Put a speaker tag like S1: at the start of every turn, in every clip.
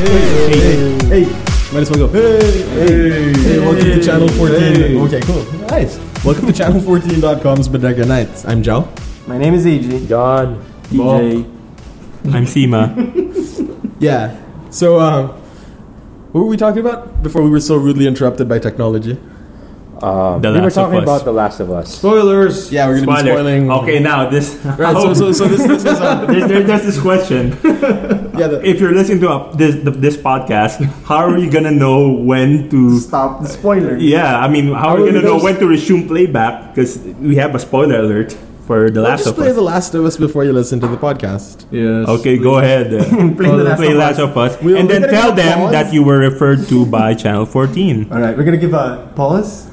S1: Hey, might as well go. Hey, hey, hey, welcome to Channel 14.
S2: Hey.
S1: Okay, cool. Nice. Welcome to Channel14.com's Bodega Nights. I'm Joe.
S2: My name is EG.
S3: God.
S2: DJ.
S3: I'm Seema.
S1: Yeah. So, um, what were we talking about before we were so rudely interrupted by technology?
S3: Um, the
S4: We were
S3: Last of
S4: talking
S3: Us.
S4: about The Last of Us.
S2: Spoilers.
S1: Yeah, we're gonna
S3: Spoiler.
S1: be spoiling.
S3: Okay, now this.
S1: Right. So, so, so this, this is um,
S3: there's, there- there's this question.
S1: yeah. The,
S3: If you're listening to a, this the, this podcast, how are you gonna know when to?
S2: Stop the spoiler.
S3: Yeah, I mean, how,
S1: How
S3: are you
S1: are we
S3: gonna know
S1: gonna-
S3: when to resume playback? Because we have a spoiler alert for The Last
S1: just
S3: of
S1: play
S3: Us.
S1: The Last of Us before you listen to the podcast.
S2: Yes.
S3: Okay, go ahead. Uh,
S2: Play The Last of Us.
S3: of Us,
S1: We'll-
S3: and then
S1: we're gonna
S3: tell
S1: give a
S3: them
S1: pause.
S3: that you were referred to by Channel 14.
S2: All right, we're gonna give a pause.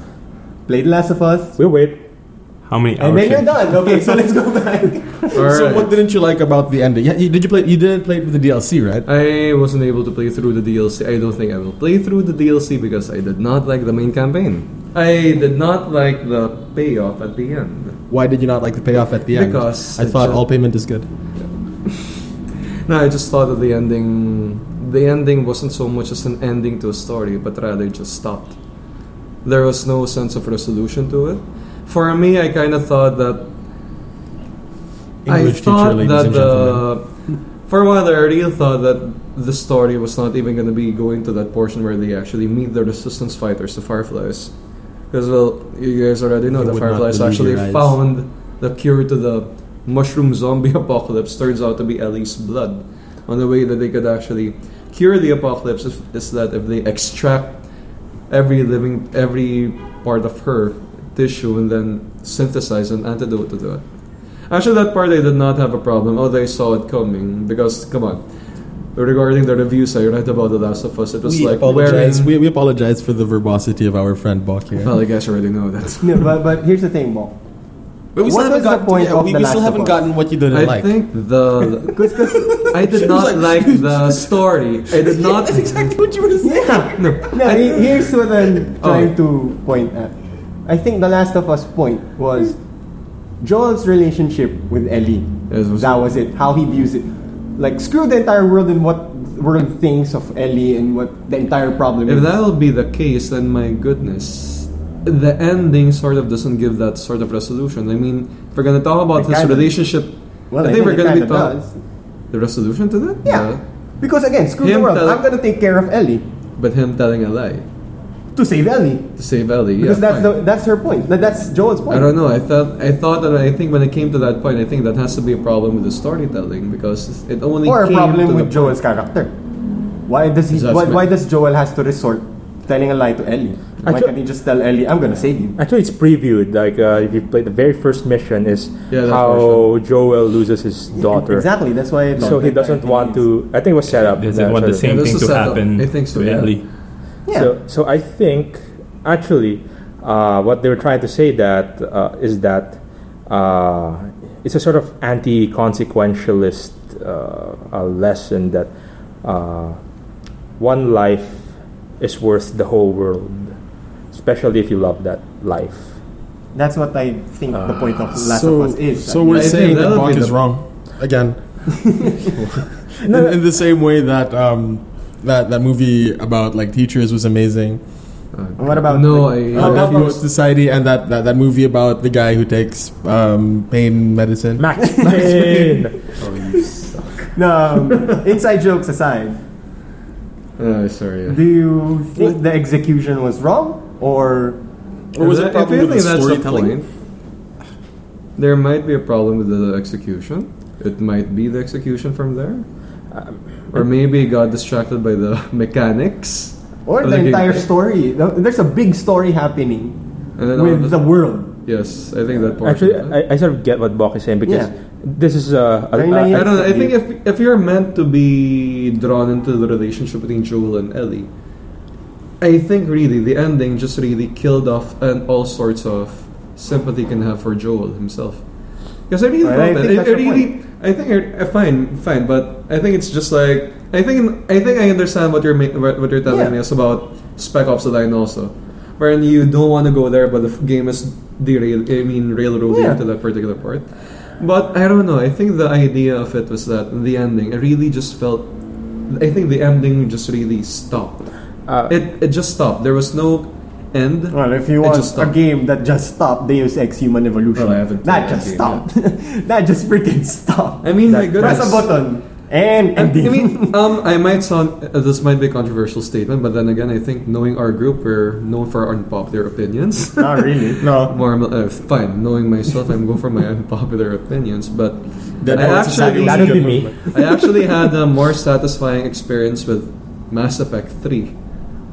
S2: Play The Last of Us.
S4: We'll wait.
S3: How many hours?
S2: And then you're
S3: in?
S2: done. Okay, so let's go back.
S1: So, what didn't you like about the ending? Yeah, you, did you play? You didn't play it with the DLC, right?
S5: I wasn't able to play through the DLC. I don't think I will play through the DLC because I did not like the main campaign. I did not like the payoff at the end.
S1: Why did you not like the payoff at the end?
S5: Because
S1: I
S5: it
S1: thought
S5: ju-
S1: all payment is good.
S5: No, I just thought that the ending, the ending wasn't so much as an ending to a story, but rather it just stopped. There was no sense of resolution to it. For me, I kind of thought that
S1: English
S5: I thought
S1: teacher, ladies
S5: that
S1: and gentlemen.
S5: the for a while there, I really thought that the story was not even going to be going to that portion where they actually meet the resistance fighters, the Fireflies, because well, you guys already know
S1: You
S5: the
S1: would not
S5: Fireflies
S1: believe
S5: actually
S1: your eyes.
S5: found the cure to the mushroom zombie apocalypse. Turns out to be Ellie's blood. On the way that they could actually cure the apocalypse is, is that if they extract every living every part of her tissue and then synthesize an antidote to that. Actually, that part I did not have a problem. Oh, they saw it coming because come on. Regarding the reviews I read about The Last of Us, it was
S1: we
S5: like
S1: apologize.
S5: wherein-
S1: We, we apologize for the verbosity of our friend Bach here.
S5: well, I guess you already know that.
S2: No, but, but here's the thing, Mo.
S1: But
S2: What was the point
S1: yeah,
S2: of
S1: we,
S2: The
S1: we
S2: Last
S1: still
S2: of
S1: haven't
S2: Us?
S1: gotten what you didn't
S5: I
S1: like.
S5: think the I did not like, the story. I did not.
S1: exactly what you were saying.
S2: Yeah.
S5: No,
S2: No,
S5: I-
S2: he- here's what I'm
S5: Oh.
S2: trying to point at. I think The Last of Us point was Joel's relationship with Ellie.
S5: Yes, it was-
S2: that was it. How he views it. Like, screw the entire world and what the world thinks of Ellie and what the entire problem
S5: If
S2: is.
S5: that'll be the case, then my goodness, the ending sort of doesn't give that sort of resolution. I mean, if we're gonna talk about
S2: It
S5: his
S2: kinda-
S5: relationship,
S2: well,
S5: I
S2: I
S5: think we're
S2: think it
S5: gonna be
S2: kinda
S5: talking
S2: does.
S5: the resolution to that.
S2: Yeah.
S5: The-
S2: Because again, screw the
S5: Him
S2: world.
S5: tell-
S2: I'm gonna take care of Ellie
S5: but him telling a lie
S2: to save Ellie.
S5: to save Ellie.
S2: Because
S5: yeah,
S2: that's
S5: fine.
S2: the, that's her point. That, that's Joel's point.
S5: I don't know. I thought I thought that I think when it came to that point, I think that has to be a problem with the storytelling because it only
S2: Or a
S5: came to
S2: problem with
S5: the
S2: Joel's character. Why does he?
S5: That's
S2: Why,
S5: my-
S2: why does Joel has to resort telling a lie to Ellie? Why
S4: Actu-
S2: can't he just tell Ellie, "I'm gonna save you"?
S4: Actually, it's previewed. Like, uh, if you play the very first mission, is
S5: Yeah, that
S4: how Joel loses his daughter.
S2: Exactly. That's why. I thought
S4: So he
S2: that
S4: doesn't
S2: entire
S4: want
S2: thing is-
S4: to. I think it was set up.
S3: Does it
S4: yeah,
S3: want the
S4: sort of.
S3: same
S5: Yeah, this
S3: thing
S5: is
S3: to
S5: set up.
S3: happen?
S5: I think so,
S3: to
S5: yeah.
S3: Ellie?
S2: Yeah.
S4: So, so I think actually uh, what they were trying to say that uh, is that uh, it's a sort of anti-consequentialist uh, uh, lesson that uh, one life is worth the whole world, especially if you love that life.
S2: That's what I think the point of
S5: Ah.
S2: Last
S1: so,
S2: of Us is.
S1: so
S5: I
S1: we're
S5: think
S1: saying that
S5: that'll
S1: Bach
S5: be
S1: is
S5: the-
S1: wrong again. in, in the same way that um, that that movie about like teachers was amazing.
S2: And what about
S5: No,
S2: like,
S5: I-
S1: Uh,
S2: How
S1: that
S2: about
S1: about society and that, that that movie about the guy who takes um, pain medicine.
S4: Max Payne.
S2: no um, inside jokes aside?
S5: Oh, sorry. yeah.
S2: Do you think the execution was wrong or?
S1: Or was
S5: If
S1: it a
S5: that- if
S1: problem
S5: you
S1: with the
S5: think that's
S1: storytelling?
S5: point, there might be a problem with the execution. It might be the execution from there,
S1: Um,
S5: or maybe he got distracted by the mechanics.
S2: Or the
S5: Like,
S2: entire story. No, There's a big story happening
S5: And then all of a-
S2: with the world.
S5: Yes, I think that part.
S4: Actually, I, I sort of get what Bach is saying because
S2: Yeah.
S4: this is a, a,
S2: Very naive.
S5: I
S4: a,
S5: don't know. I think if if you're meant to be drawn into the relationship between Joel and Ellie, I think really the ending just really killed off and all sorts of sympathy can have for Joel himself. Because I really
S2: Well,
S5: thought
S2: I
S5: that.
S2: think
S5: I,
S2: that's
S5: I
S2: your
S5: really, I think I, fine, fine, but I think it's just like I think I think I understand what you're ma- what what you're telling
S2: Yeah.
S5: me is about Spec Ops the Line also, wherein you don't want to go there, but the f- game is derail. I mean, railroading
S2: Yeah.
S5: into that particular part. But I don't know. I think the idea of it was that in the ending, I really just felt I think the ending just really stopped.
S4: Uh,
S5: It it just stopped. There was no end.
S2: Well, if you
S5: It
S2: want
S5: just
S2: a
S5: stopped.
S2: game that just stopped Deus Ex Human Evolution,
S5: Well, I haven't
S2: that
S5: played
S2: just
S5: that
S2: stopped. that just freaking stopped.
S5: I mean, my
S4: That-
S5: goodness.
S2: Press a button and
S5: I, I
S2: ending.
S5: mean, um, I might sound uh, this might be a controversial statement, but then again, I think knowing our group, we're known for our unpopular opinions.
S2: not really.
S1: No,
S5: More, uh, fine. Knowing myself, I'm going for my unpopular opinions, but
S1: Dead
S5: I
S1: Poets Society was a
S5: actually-
S4: That would
S1: good
S4: be me.
S1: movement.
S5: I actually had a more satisfying experience with Mass Effect 3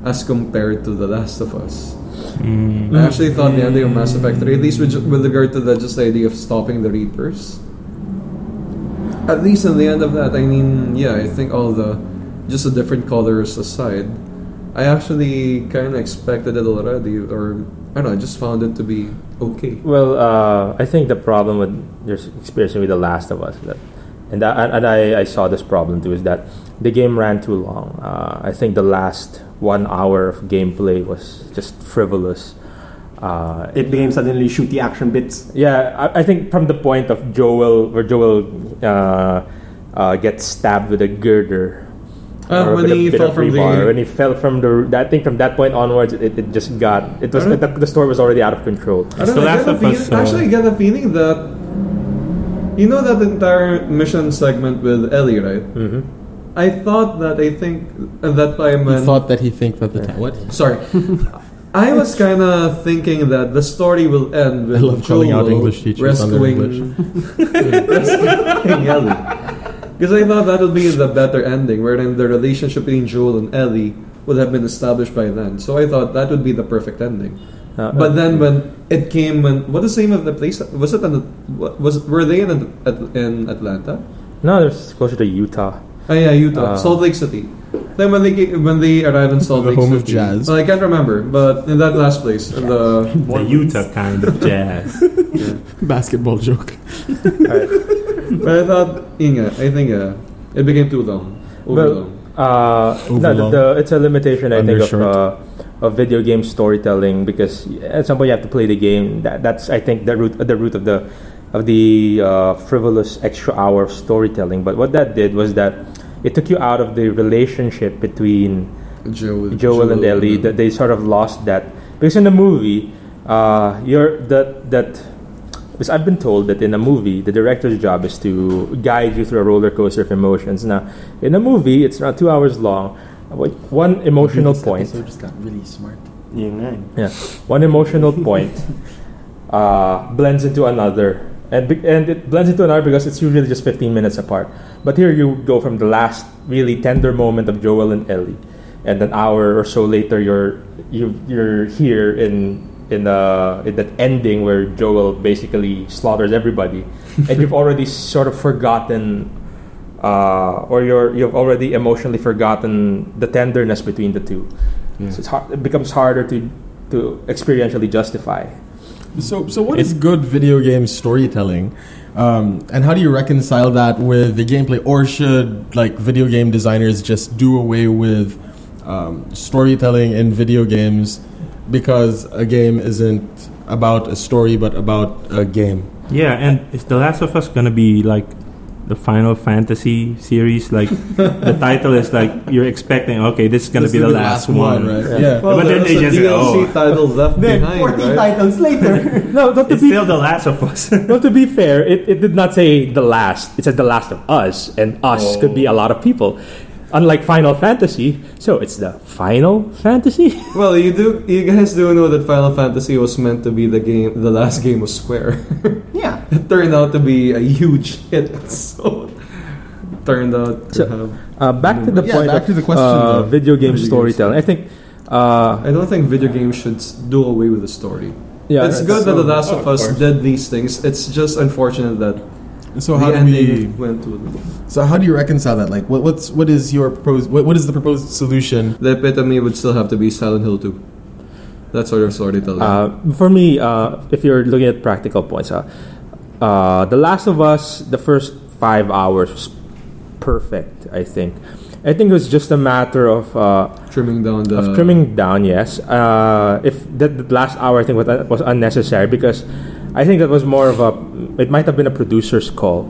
S5: as compared to The Last of Us. I actually thought the ending of Mass Effect 3, at least with, with regard to the just the idea of stopping the Reapers. At least in the end of that, I mean, yeah, I think all the just the different colors aside, I actually kind of expected it already, or I don't know, I just found it to be okay.
S4: Well, uh, I think the problem with your experience with The Last of Us, that, and that, and I, I saw this problem too, is that the game ran too long. Uh, I think the last one hour of gameplay was just frivolous. Uh,
S2: It became suddenly shooty action bits.
S4: yeah, I, I think from the point of Joel, where Joel uh, uh, gets stabbed with a girder.
S5: Uh,
S4: or a
S5: when
S4: bit of-
S5: he
S4: bit
S5: fell
S4: of
S5: from the-
S4: rebar, when he fell from the, I think from that point onwards, it, it just got it was the,
S5: I don't-
S4: the story was already out of control.
S5: I don't
S3: So
S5: know, I
S3: that's
S5: get
S3: the
S5: the
S3: first,
S5: feeling,
S3: uh,
S5: actually I get the feeling that you know that entire mission segment with Ellie, right?
S4: hmm
S5: I thought that I think at that time when
S1: He thought that he think that the time. What?
S5: sorry, I was kind of thinking that the story will end
S1: I
S5: with
S1: love calling out
S5: Joel
S1: English teachers on their
S5: rescuing rescuing Ellie because I thought that would be the better ending, wherein the relationship between Joel and Ellie would have been established by then. So I thought that would be the perfect ending.
S4: Uh,
S3: Uh-uh.
S5: But then when it came, when what is the name of the place? Was it an, was were they in At- in Atlanta?
S4: No, it's closer to Utah.
S5: Oh yeah, Utah,
S4: Ah.
S3: Uh.
S5: Salt Lake City. Then when they came, when they arrived in Salt
S1: The
S5: Lake
S1: home of
S5: City,
S1: jazz.
S5: Well, I can't remember, but in that last place, in the
S3: The Utah kind of jazz.
S1: Basketball joke.
S5: but I thought, Inga, I think uh, it became too long, over
S4: Well,
S5: long.
S4: Uh, no, the,
S1: Overlong.
S4: the, it's a limitation I think of,
S1: Undershort.
S4: uh, of video game storytelling because at some point you have to play the game. That, that's I think the root the root of the of the uh, frivolous extra hour of storytelling. But what that did was that it took you out of the relationship between
S5: Joel,
S4: Joel and Ellie that they sort of lost that because in the movie, uh, you're that that because I've been told that in a movie the director's job is to guide you through a roller coaster of emotions. Now, in a movie, it's not two hours long. Wh- One emotional point,
S1: just got really smart.
S2: Yun nga eh.
S4: yeah, one emotional point uh, blends into another, and be- and it blends into another because it's usually just 15 minutes apart. But here you go from the last really tender moment of Joel and Ellie, and an hour or so later you're you you're here in in uh in that ending where Joel basically slaughters everybody, and you've already sort of forgotten. Uh, or you're you've already emotionally forgotten the tenderness between the two, so it's hard, it becomes harder to to experientially justify.
S1: So, so what is good video game storytelling, um, and how do you reconcile that with the gameplay? Or should like video game designers just do away with um, storytelling in video games because a game isn't about a story but about a game?
S3: Yeah, and is The Last of Us gonna be like the Final Fantasy series? Like the title is like you're expecting. Okay, this is gonna
S1: This
S3: be
S1: is
S3: the last, one.
S1: right?
S4: Yeah.
S1: Yeah.
S5: Well,
S3: But then
S5: there's
S3: they
S5: a
S3: just-
S5: DLC
S3: oh.
S5: title left
S2: Then
S5: behind,
S2: 14
S5: right?
S2: titles later.
S4: No, not to
S3: It's
S4: be
S3: still The Last of Us.
S4: not to be fair, it, it did not say the last. It said the last of us, and us could be a lot of people. Unlike Final Fantasy, so it's the Final Fantasy.
S5: Well, you do. You guys do know that Final Fantasy was meant to be the game, the last game of Square.
S2: yeah.
S5: it turned out to be a huge hit. So turned out to
S4: So-
S5: have.
S4: Uh, back to the
S1: Yeah,
S4: point
S1: back
S4: of
S1: to the question,
S4: uh,
S1: though.
S4: video game
S5: Video game
S4: storytelling. I think, uh,
S5: I don't think video games should s- do away with the story.
S4: yeah,
S5: it's
S4: that's-
S5: good that The Last
S3: oh,
S5: of
S3: of
S5: Us
S3: course.
S5: did these things. It's just unfortunate that
S1: So how do
S5: the
S1: we?
S5: ending went to
S1: So how do you reconcile that? Like, what, what's what is your proposed? What, what is the proposed solution?
S5: the epitome would still have to be Silent Hill 2. That sort of storytelling.
S4: Uh, for me, uh, if you're looking at practical points, uh, uh, The Last of Us, the first five hours was perfect, I think. I think it was just a matter of. Uh,
S5: trimming down the
S4: of trimming down, yes. Uh, if that that last hour, I think was, was unnecessary because I think that was more of a. It might have been a producer's call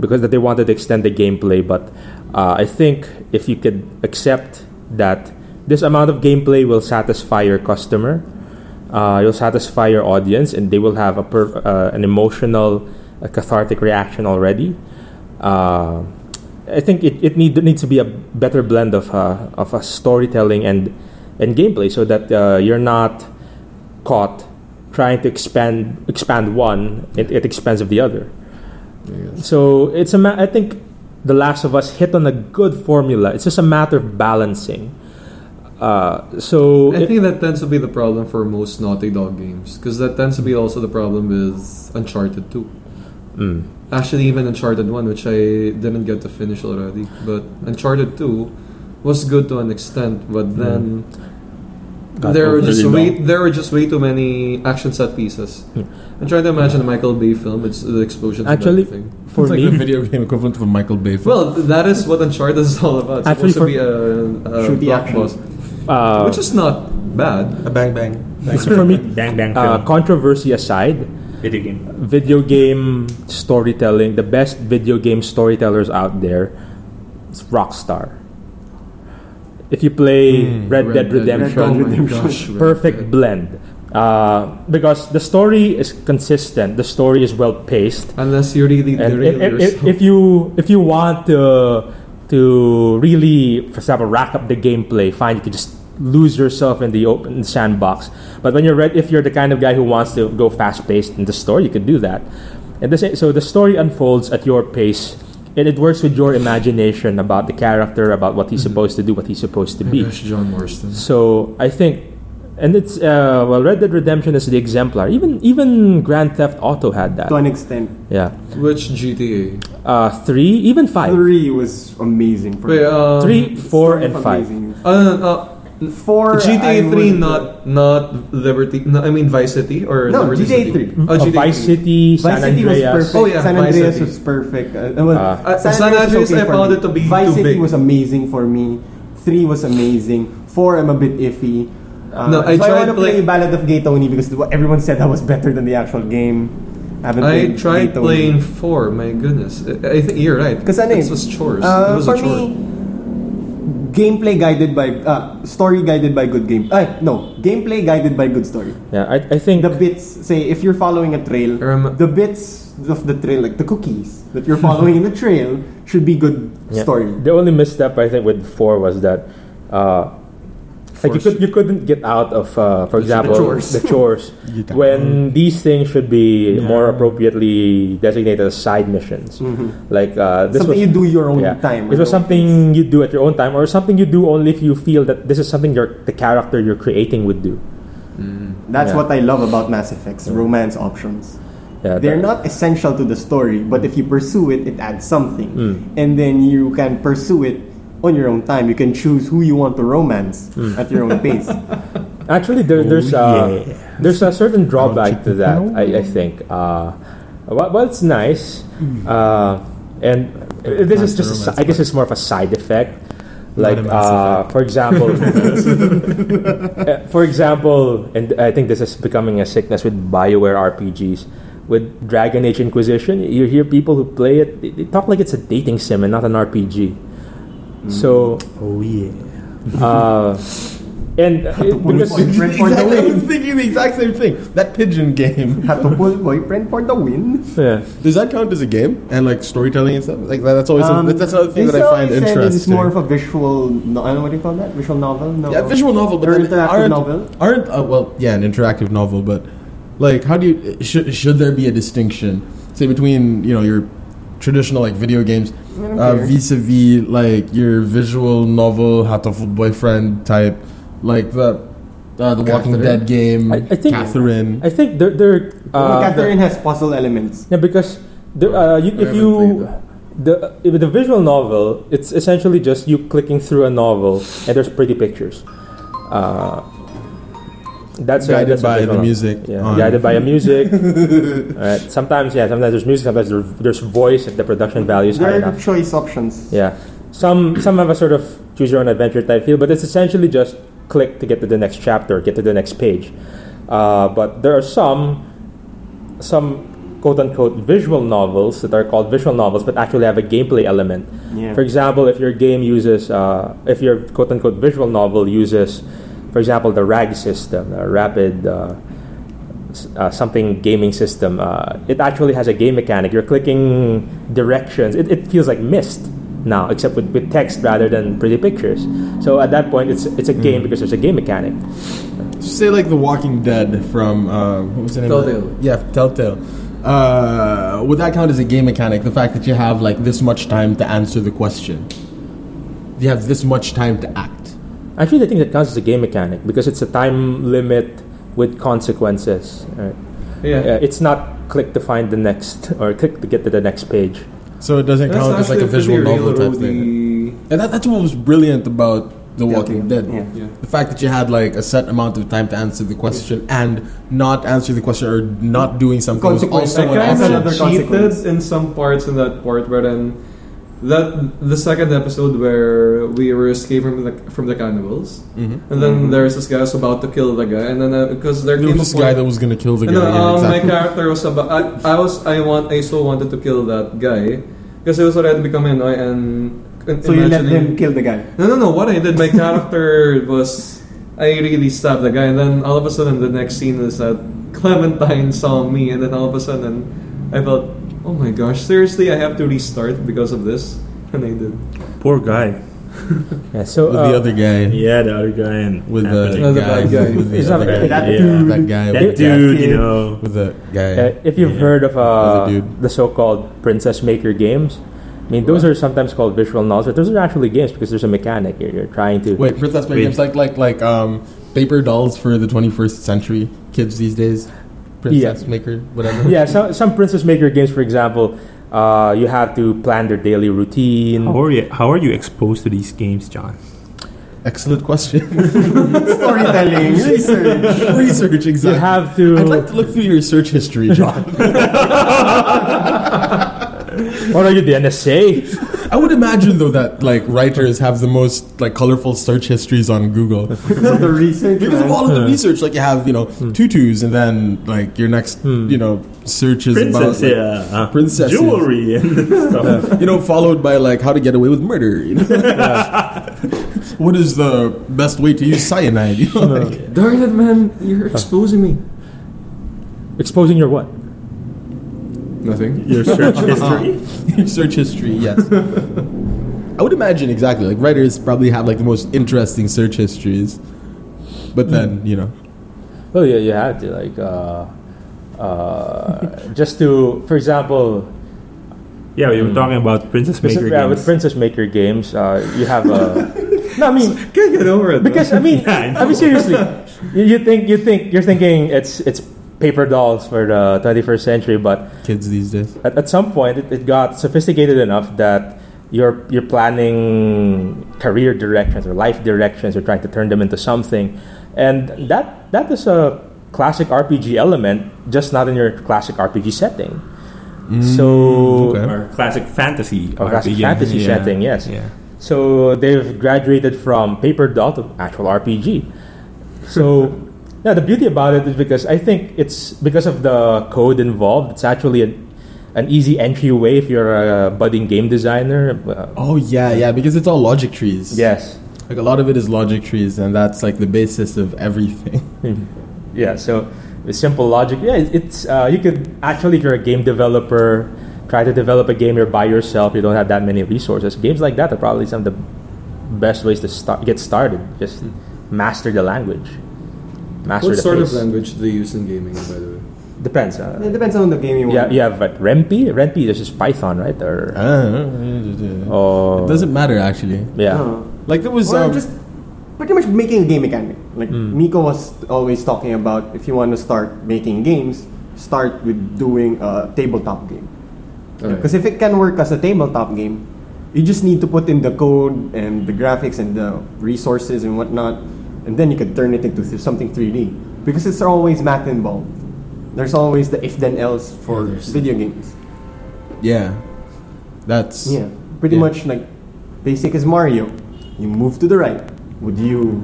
S4: because that they wanted to extend the gameplay, but Uh, I think if you could accept that this amount of gameplay will satisfy your customer, uh, you'll satisfy your audience, and they will have a per- uh, an emotional, a cathartic reaction already. Uh, I think it, it need, needs to be a better blend of uh, of a storytelling and and gameplay, so that uh, you're not caught trying to expand expand one at, at the expense of the other. So it's a ma- I think The Last of Us hit on a good formula. It's just a matter of balancing. Uh, so
S5: I
S4: it-
S5: think that tends to be the problem for most Naughty Dog games, because that tends to be also the problem with Uncharted 2.
S4: Mm.
S5: Actually, even Uncharted 1, which I didn't get to finish already, but Uncharted 2 was good to an extent, but then
S4: Mm. Got
S5: there were
S4: overly
S5: just
S4: long.
S5: way there were just way too many action set pieces.
S4: Mm.
S5: I'm trying to imagine a Michael Bay film. It's the explosions. and
S4: Actually,
S5: everything.
S4: for
S1: it's like
S4: me,
S1: the video game equivalent of a Michael Bay film.
S5: well, that is what Uncharted is all about. It's
S4: Actually,
S5: supposed to
S4: for-
S5: be a, a
S2: Shooty
S5: black
S2: action.
S5: boss,
S4: uh,
S5: which is not bad.
S1: a bang bang.
S4: for me,
S3: Bang bang
S4: uh,
S3: film.
S4: controversy aside,
S3: video game.
S4: video game storytelling, the best video game storytellers out there, is Rockstar. If you play
S1: Mm,
S4: Hmm. Red, Dead
S2: Red
S4: Redemption, Oh
S2: Dead Redemption.
S5: Red
S4: perfect
S5: Dead.
S4: blend. Uh, because the story is consistent, the story is well paced.
S5: Unless you really
S4: And
S5: derail
S4: if, if- if,
S5: yourself.
S4: if you if you want to to really, for example, rack up the gameplay, fine, you can just lose yourself in the open sandbox. But when you're read, if you're the kind of guy who wants to go fast paced in the story, you can do that. And this, so the story unfolds at your pace, and it works with your imagination about the character, about what he's supposed to do, what he's supposed to be.
S5: Gosh, John Marston.
S4: So I think, and it's uh, well, Red Dead Redemption is the exemplar. Even even Grand Theft Auto had that.
S2: to an extent.
S4: Yeah,
S5: Which GTA?
S4: uh, three, even five.
S2: Three was amazing for
S5: Wait,
S2: me.
S5: um,
S4: Three, four,
S2: Sort of
S4: and five.
S2: amazing.
S5: Uh, no, no,
S2: Four. I
S5: GTA
S2: would-
S5: Three, not not Liberty. No, I mean Vice City or
S2: No,
S5: Liberty
S2: GTA
S5: City?
S2: three.
S5: Oh,
S4: Uh,
S5: GTA
S4: Vice
S5: three.
S4: City,
S2: Vice
S4: San
S2: City was
S4: Andreas.
S2: perfect.
S5: Oh, yeah,
S2: San
S5: Vice
S2: Andreas
S5: City.
S2: was perfect. Uh, well,
S4: Uh,
S5: Uh, San Andreas,
S2: was
S5: I
S2: for
S5: found
S2: me.
S5: it to be
S2: Vice
S5: too
S2: City
S5: big.
S2: was amazing for me. Three was amazing. Four, I'm a bit iffy. Uh,
S5: No, I
S2: so I
S5: tried
S2: want to play
S5: play-
S2: Ballad of Gay Tony because what everyone said that was better than the actual game. I haven't played
S5: I tried
S2: Gay Tony.
S5: playing four. My goodness, I, I think you're right.
S2: Because ano eh,
S5: this was chores.
S2: Uh,
S5: it was
S2: for
S5: a chore.
S2: me, gameplay guided by uh, story guided by good game. Ay, no, gameplay guided by good story.
S4: Yeah, I, I think
S2: The bits say if you're following a trail,
S5: Rem-
S2: the bits of the trail, like the cookies that you're following in the trail, should be good
S4: yeah.
S2: story.
S4: The only misstep I think with four was that. Uh, like you,
S5: Force.
S4: could, you couldn't get out of, uh, for example,
S2: chores.
S4: the chores
S1: Get out.
S4: when these things should be more appropriately designated as side missions. Like uh, this
S2: Mm-hmm. Something
S4: was,
S2: you do your own
S4: Yeah.
S2: time.
S4: It was
S2: you know.
S4: something you do at your own time, or something you do only if you feel that this is something your the character you're creating would do.
S2: That's
S4: yeah.
S2: what I love about Mass Effects romance options.
S4: Yeah,
S2: They're
S4: that-
S2: not essential to the story, but if you pursue it, it adds something.
S4: Hmm.
S2: And then you can pursue it on your own time. You can choose who you want to romance
S4: Hmm.
S2: at your own pace.
S4: Actually, there, there's a
S3: Oh, yeah.
S4: there's a certain drawback to that.
S1: No.
S4: I, I think. Uh, well, well, it's nice,
S3: Hmm.
S4: uh, and uh, this is
S1: Nice
S4: just. A,
S1: romance,
S4: si- I guess it's more of a side effect. Like,
S1: a mass
S4: uh, for example, uh, for example, and I think this is becoming a sickness with Bioware RPGs. With Dragon Age Inquisition, you hear people who play it, they, they talk like it's a dating sim and not an RPG. So,
S3: Oh yeah.
S4: uh, and uh, because-
S2: boyfriend for the
S1: Exactly, I was
S2: win.
S1: thinking the exact same thing. That pigeon game.
S2: Had to pull boyfriend for the win.
S4: yeah.
S1: Does that count as a game and like storytelling and stuff? Like that, that's always
S2: Um,
S1: a, that's another thing
S2: they
S1: that I
S2: still
S1: find
S2: said
S1: interesting.
S2: It's more of a visual. No, I don't know what do you call that. Visual novel. No.
S1: yeah, visual novel, but
S2: Or
S1: then
S2: interactive
S1: aren't,
S2: novel.
S1: Aren't uh, well, yeah, an interactive novel, but like, how do you should should there be a distinction say between you know your traditional like video games
S2: don't
S1: uh,
S2: care.
S1: vis-a-vis like your visual novel Hatoful boyfriend type, like the uh, the Walking
S5: Catherine.
S1: Dead game,
S4: I- I think-
S1: Catherine.
S4: I think they're they're
S2: Well,
S4: uh,
S2: Catherine has puzzle elements.
S4: yeah because the, uh, you,
S5: I
S4: if
S5: haven't
S4: you
S5: played that.
S4: the if the visual novel it's essentially just you clicking through a novel and there's pretty pictures. Uh, that's uh,
S1: Guided
S4: that's a
S1: by the
S4: visual novel.
S1: music
S4: Yeah,
S1: on-
S4: guided by a music. Alright, Sometimes yeah, sometimes there's music, sometimes there- there's voice if the production value is high
S2: There are
S4: enough.
S2: choice options.
S4: Yeah, some some have a sort of choose your own adventure type feel, but it's essentially just click to get to the next chapter, get to the next page. Uh, but there are some some quote unquote visual novels that are called visual novels but actually have a gameplay element.
S2: Yeah.
S4: For example, if your game uses, uh, if your quote unquote visual novel uses, for example, the RAG system, uh, rapid uh, s- uh, something gaming system, uh, it actually has a game mechanic. You're clicking directions. It, it feels like Myst now, except with, with text rather than pretty pictures. So at that point, it's, it's a game because there's a game mechanic.
S1: Say like The Walking Dead from uh, what was the name? of that?
S5: Telltale.
S1: Yeah, Telltale. Uh, would that count as a game mechanic? The fact that you have like this much time to answer the question, you have this much time to act.
S4: Actually, I think that counts as a game mechanic because it's a time limit with consequences. Right?
S5: Yeah.
S4: Uh, it's not click to find the next or click to get to the next page.
S1: So it doesn't count as like a
S5: actually
S1: visual
S5: pretty
S1: novel type thing.
S5: railroady-
S1: And that, that's what was brilliant about The Walking Dead.
S2: Yeah.
S5: Yeah.
S1: The fact that you had like a set amount of time to answer the question and not answer the question or not doing something was
S2: Consequence.
S1: also
S5: I
S1: an
S2: Someone
S5: kind
S2: else
S1: option.
S2: another
S5: of cheated
S2: consequence.
S5: in some parts in that part where then that the second episode where we were escaped from the from the cannibals,
S1: Mhm.
S5: and then
S2: Mhm.
S5: there's this guy who's about to kill the guy, and then uh, because there
S1: There was
S5: came a
S1: this guy
S5: point-
S1: that was gonna kill the guy.
S5: and then,
S1: yeah,
S5: um,
S1: exactly.
S5: my character was about. I, I was. I want. I so wanted to kill that guy because I was already becoming annoyed and. and
S2: So you let
S5: imagining-
S2: them kill the guy.
S5: No, no, no. What I did, my character was. I really stabbed the guy, and then all of a sudden, the next scene is that Clementine saw me, and then all of a sudden, I felt, oh my gosh, seriously, I have to restart because of this, and I did.
S3: Poor guy.
S4: Yeah, so
S1: with
S4: uh,
S1: the other guy.
S3: Yeah, the other guy and
S1: With the
S3: Anthony.
S5: Another
S1: guy,
S5: bad guy.
S1: With the
S4: It's not
S1: other guy.
S4: bad.
S2: That
S3: Yeah.
S2: dude.
S1: That guy.
S3: that
S1: with the-
S3: dude,
S2: kid.
S3: you know.
S1: With the guy.
S4: Uh, if you've
S3: Yeah.
S4: heard of uh,
S1: Another dude.
S4: the so-called princess maker games, I mean those are sometimes called visual novels, but those are actually games because there's a mechanic. You're, you're trying to
S1: Wait, Princess Mary
S3: Wait.
S1: games like like like um paper dolls for the 21st century kids these days. Princess Maker, whatever.
S4: yeah. Some some princess maker games, for example, uh, you have to plan their daily routine.
S3: How are you? How are you exposed to these games, John?
S1: Excellent question.
S2: Storytelling, research.
S1: Research
S4: You
S1: exactly.
S4: have to.
S1: I'd like to look through your search history, John.
S4: what are you, the NSA?
S1: I would imagine though that like writers have the most like colorful search histories on Google.
S2: So the research.
S1: Because of
S2: man.
S1: all of the research, like you have, you know, tutus, and then like your next, you know, search is
S3: Princess,
S1: about, like,
S3: yeah, uh,
S1: princesses.
S3: jewelry and stuff.
S1: you know, followed by like how to get away with murder. You know? what is the best way to use cyanide? You know, like,
S5: Darn it, man, you're exposing me.
S4: Exposing your what?
S5: Nothing.
S3: Your search history.
S1: your search history. Yes, I would imagine exactly. Like writers probably have like the most interesting search histories, but then you know,
S4: Well, yeah, you have to like uh, uh, just to, for example,
S3: Yeah, we were talking about Princess
S4: with-
S3: Maker
S4: yeah,
S3: games.
S4: with Princess Maker games, uh, you have a. no, I mean,
S5: Can't get over it.
S4: because I mean,
S3: Yeah, I
S4: I, mean seriously, you, you think you think you're thinking it's it's paper dolls for the 21st century, but
S1: kids these days.
S4: at, at some point it, it got sophisticated enough that you're you're planning career directions or life directions you're trying to turn them into something and that that is a classic rpg element just not in your classic rpg setting so
S1: okay.
S3: or classic fantasy.
S4: Or classic
S3: RPG.
S4: fantasy setting, yes.
S3: Yeah.
S4: so they've graduated from paper doll to actual rpg so yeah the beauty about it is because i think it's because of the code involved it's actually an, an easy entryway if you're a budding game designer Uh,
S1: Oh yeah, yeah, because it's all logic trees.
S4: yes
S1: like a lot of it is logic trees, and that's like the basis of everything.
S4: Yeah, so with simple logic, yeah, it- it's uh, you could actually if you're a game developer, try to develop a game you're by yourself. You don't have that many resources. Games like that are probably some of the best ways to start get started. Just master the language. Master
S5: what
S4: the
S5: sort of
S4: pace.
S5: language do they use in gaming, by the way?
S4: Depends.
S2: It
S4: Uh,
S2: depends on the game you want.
S4: yeah, you have what, Rempi. Rempi, this is Python, right? Or
S1: Ah,
S4: oh,
S1: it doesn't matter actually.
S4: yeah.
S2: Huh.
S1: Like there was um,
S2: Or Uh,
S1: Hmm.
S2: just pretty much making a game mechanic. Like Miko was always talking about, if you want to start making games, start with doing a tabletop game. Because if it can work as a tabletop game, you just need to put in the code and the graphics and the resources and whatnot, and then you can turn it into th- something 3D. Because it's always math involved. There's always the if then else for
S1: Yeah, there's-
S2: video games.
S1: yeah, that's
S2: Yeah, pretty
S1: Yeah.
S2: much like basic as Mario. You move to the right. Would you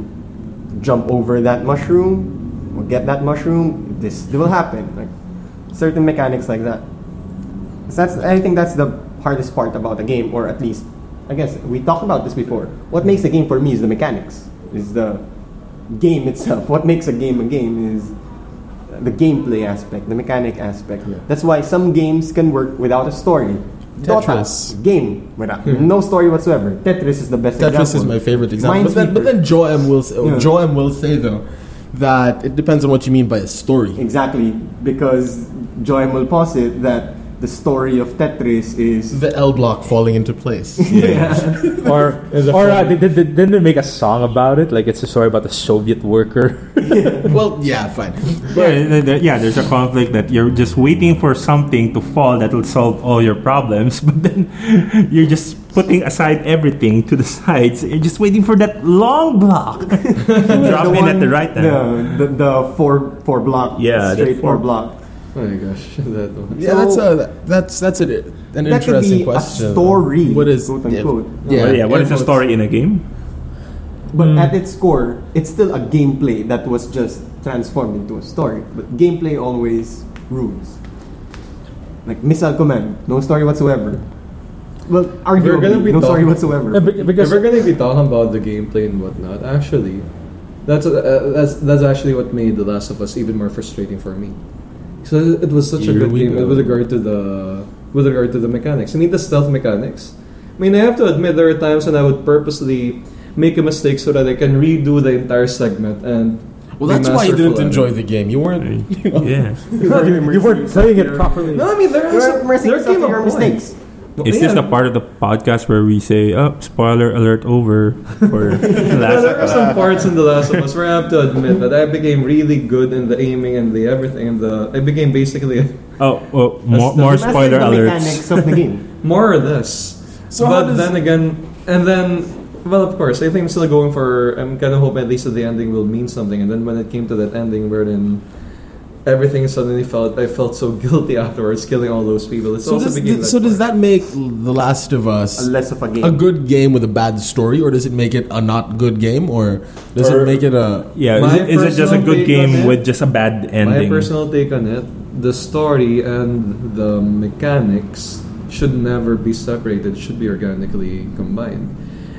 S2: jump over that mushroom or get that mushroom? This will happen. Like certain mechanics like that. 'Cause That's I think that's the hardest part about a game, or at least I guess we talked about this before. What makes a game for me is the mechanics, is the game itself. What makes a game a game is the gameplay aspect, the mechanic aspect. That's why some games can work without a story. Dota,
S1: Tetris.
S2: game without
S3: Hmm.
S2: no story whatsoever. Tetris is the best
S1: Tetris
S2: example.
S1: is my favorite example. But then, but
S2: Minesweeper.
S1: then Joe M will say,
S2: Yeah.
S1: Joe M will say though that it depends on what you mean by a story.
S2: Exactly, because Joy will posit that the story of Tetris is.
S1: The L block falling into place.
S4: or
S1: Is a
S4: or uh,
S1: film.
S4: did, did, didn't they make a song about it? Like it's a story about the Soviet worker.
S1: well, yeah, fine.
S3: yeah, there- uh, there- yeah, there's a conflict that you're just waiting for something to fall that will solve all your problems, but then you're just putting aside everything to the sides. You're just waiting for that long block. Drop in at the right time.
S2: The, the, the four four block.
S3: Yeah, the
S2: straight
S3: four-
S2: four block.
S5: Oh my gosh, that one.
S1: Yeah, that's a that's that's a, an
S2: That could
S1: interesting
S2: be a
S1: question.
S2: story,
S1: What is
S2: quote unquote.
S3: Well, Oh, yeah, what is the
S1: air quotes.
S3: story in a game? Hmm.
S2: But at its core, it's still a gameplay that was just transformed into a story. But gameplay always rules. Like missile command, no story whatsoever. Well,
S5: We're gonna
S2: arguably,
S5: be
S2: no story
S5: talking-
S2: whatsoever.
S5: If we're gonna be talking about the gameplay and whatnot, actually, that's uh, that's that's actually what made The Last of Us even more frustrating for me. So it was such
S1: Here
S5: a good
S1: we
S5: game
S1: go.
S5: with regard to the with regard to the mechanics. I mean the stealth mechanics. I mean I have to admit there are times when I would purposely make a mistake so that I can redo the entire segment and
S1: Well,
S5: be
S1: that's why you
S5: masterful
S1: didn't
S5: at it.
S1: enjoy the game. You weren't.
S3: yeah.
S2: you were
S4: you weren't playing it properly.
S5: No, I mean there are
S2: You're
S5: some,
S2: immersing
S5: there
S2: yourself
S5: came
S2: in
S5: a
S2: your
S5: point.
S2: mistakes.
S3: Is this the
S5: Yeah.
S3: part of the podcast where we say, oh, spoiler alert over for
S5: Yeah,
S3: last
S5: there are some parts in The Last of Us where I have to admit that I became really good in the aiming and the everything. And the I became basically
S3: Oh, well, more,
S5: the-
S3: more
S2: Master
S3: spoiler
S2: the
S3: alerts.
S2: mechanics of the game.
S5: more or less.
S1: So how
S5: but
S1: does-
S5: then again, and then, well, of course, I think I'm still going for. I'm kind of hoping at least that the ending will mean something. And then when it came to that ending, wherein everything suddenly felt, I felt so guilty afterwards, killing all those people. It's
S1: So
S5: also
S1: does,
S5: became
S1: so does
S5: part.
S1: that make The Last of Us
S2: Less of a game.
S1: a good game with a bad story, or does it make it a not good game, or does it
S3: Or-
S1: make it a
S3: Yeah,
S5: My
S3: is it, is it just a
S5: personal
S3: good
S5: take
S3: game
S5: on it-
S3: with just a bad
S5: My
S3: ending?
S5: personal take on it: the story and the mechanics should never be separated; should be organically combined.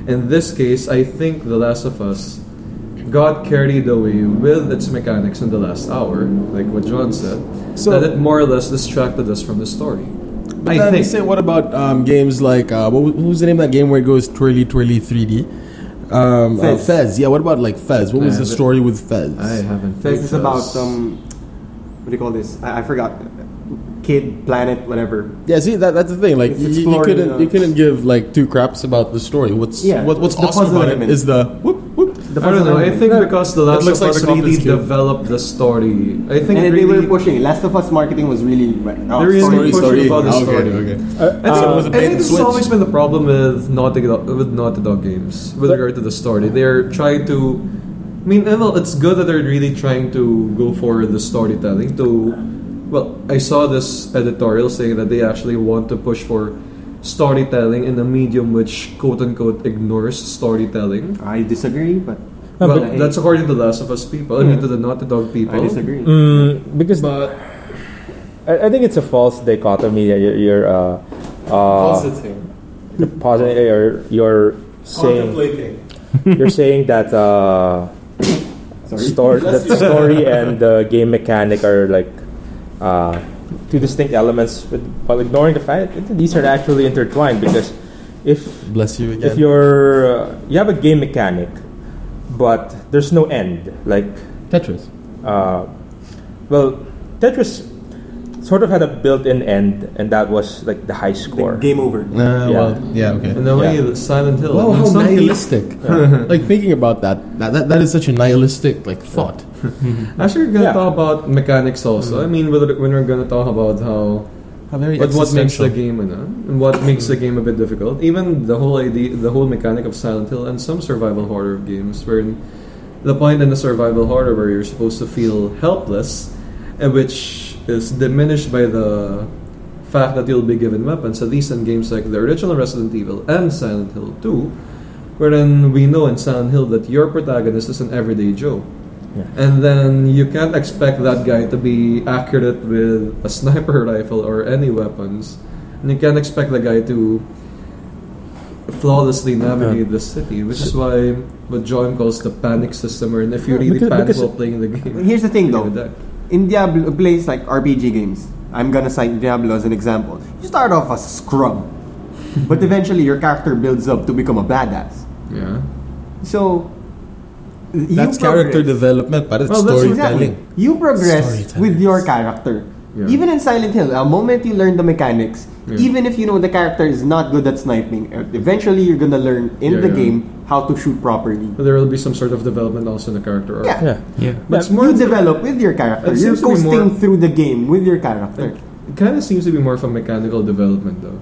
S5: In this case, I think The Last of Us got carried away with its mechanics in the last hour, like what John said,
S1: So-
S5: that it more or less distracted us from the story.
S1: But
S5: I
S1: then
S5: think.
S1: say, what about um, games like uh, what, wa- what was the name of that game where it goes twirly twirly 3D? Um, Fez.
S2: Fez.
S1: Fez. Yeah. What about like Fez? What was the
S5: I haven't-
S1: story with Fez?
S5: I haven't.
S2: This is
S5: played
S2: about
S5: this.
S2: um, what do you call this? I, I forgot. Kid, planet, whatever.
S1: yeah. See, that, that's the thing. Like
S2: It's
S1: you, you
S2: exploring,
S1: couldn't you
S2: uh,
S1: couldn't give like two craps about the story. What's
S2: Yeah,
S1: what, what's
S2: the
S1: awesome
S2: puzzle
S1: about it
S2: element.
S1: is the whoop whoop.
S2: The
S5: I don't know. I
S2: puzzle
S5: think
S2: element.
S5: because The Last
S1: looks
S5: of
S1: like
S5: Us
S1: Scorpion's
S5: really
S1: Cube.
S5: developed the story. I think
S2: and
S5: it
S2: they
S5: really
S2: were pushing. Last of Us marketing was really right. Oh,
S5: They
S2: sorry.
S5: really pushing pushed- about the
S1: Ah,
S5: story. I think,
S1: So it was a
S5: I
S1: bait
S5: think
S1: and
S5: this
S1: switch.
S5: has always been the problem with Naughty Dog, with Naughty Dog games with regard to the story. They're trying to. I mean, I know it's good that they're really trying to go for the storytelling. To well, I saw this editorial saying that they actually want to push for storytelling in a medium which quote unquote ignores
S1: Uh,
S5: storytelling.
S2: I disagree, but
S5: well,
S2: but-
S5: that's according to the Last of Us people. I mean, to the Naughty Dog people.
S2: I disagree.
S4: Mm, because I, I think it's a false dichotomy. that You're, you're uh, uh, positive. You're, you're saying you're saying that uh,
S2: Sorry.
S4: story that story and the game mechanic are like uh, two distinct elements, but while ignoring the fact that these are actually intertwined because if
S1: Bless you again.
S4: if you're uh, you have a game mechanic, but there's no end. Like
S1: Tetris.
S4: uh, well, Tetris sort of had a built-in end, and that was like the high score.
S2: Like, game over.
S1: Uh, Well, yeah. Okay.
S5: In a way,
S4: Yeah.
S5: Silent Hill.
S1: Wow,
S5: I mean,
S1: how
S5: some people-
S1: nihilistic! like thinking about that, that, that, that is such a nihilistic like thought.
S5: Actually, we're gonna
S4: Yeah.
S5: talk about mechanics also. I mean, whether, when we're gonna talk about how
S1: How Mm. very
S5: what, what makes the
S1: existential.
S5: game, you know, and what makes the game a bit difficult. Even the whole idea, the whole mechanic of Silent Hill and some survival horror games, where the point in the survival horror where you're supposed to feel helpless, and which is diminished by the fact that you'll be given weapons. At least in games like the original Resident Evil and Silent Hill 2, wherein we know in Silent Hill that your protagonist is an everyday Joe. And then you can't expect that guy to be accurate with a sniper rifle or any weapons. And you can't expect the guy to flawlessly navigate the city, which is why what John calls the panic system, and if you
S4: Yeah,
S5: really
S4: because-
S5: panic
S4: because-
S5: while playing the game.
S2: Here's the thing,
S5: you're
S2: though.
S5: gonna die.
S2: in Diablo plays like RPG games. I'm gonna cite Diablo as an example. You start off as a scrub, but eventually your character builds up to become a badass.
S5: Yeah.
S2: So you
S1: That's character
S2: progress-
S1: development, but it's
S5: Well, that's
S1: storytelling.
S2: Exactly. You progress
S1: Storytelling.
S2: with your character.
S5: Yeah.
S2: Even in Silent Hill, a moment you learn the mechanics,
S5: Yeah.
S2: even if you know the character is not good at sniping, uh, eventually you're gonna learn in
S5: Yeah,
S2: the
S5: yeah.
S2: game how to shoot properly.
S5: But there will be some sort of development also in the character arc.
S2: Yeah.
S4: Yeah.
S3: Yeah.
S5: But it's more
S2: you develop with your character.
S5: It
S2: You're
S5: seems to be
S2: coasting
S5: more-
S2: through the game with your character.
S5: It kind of seems to be more of a mechanical development, though.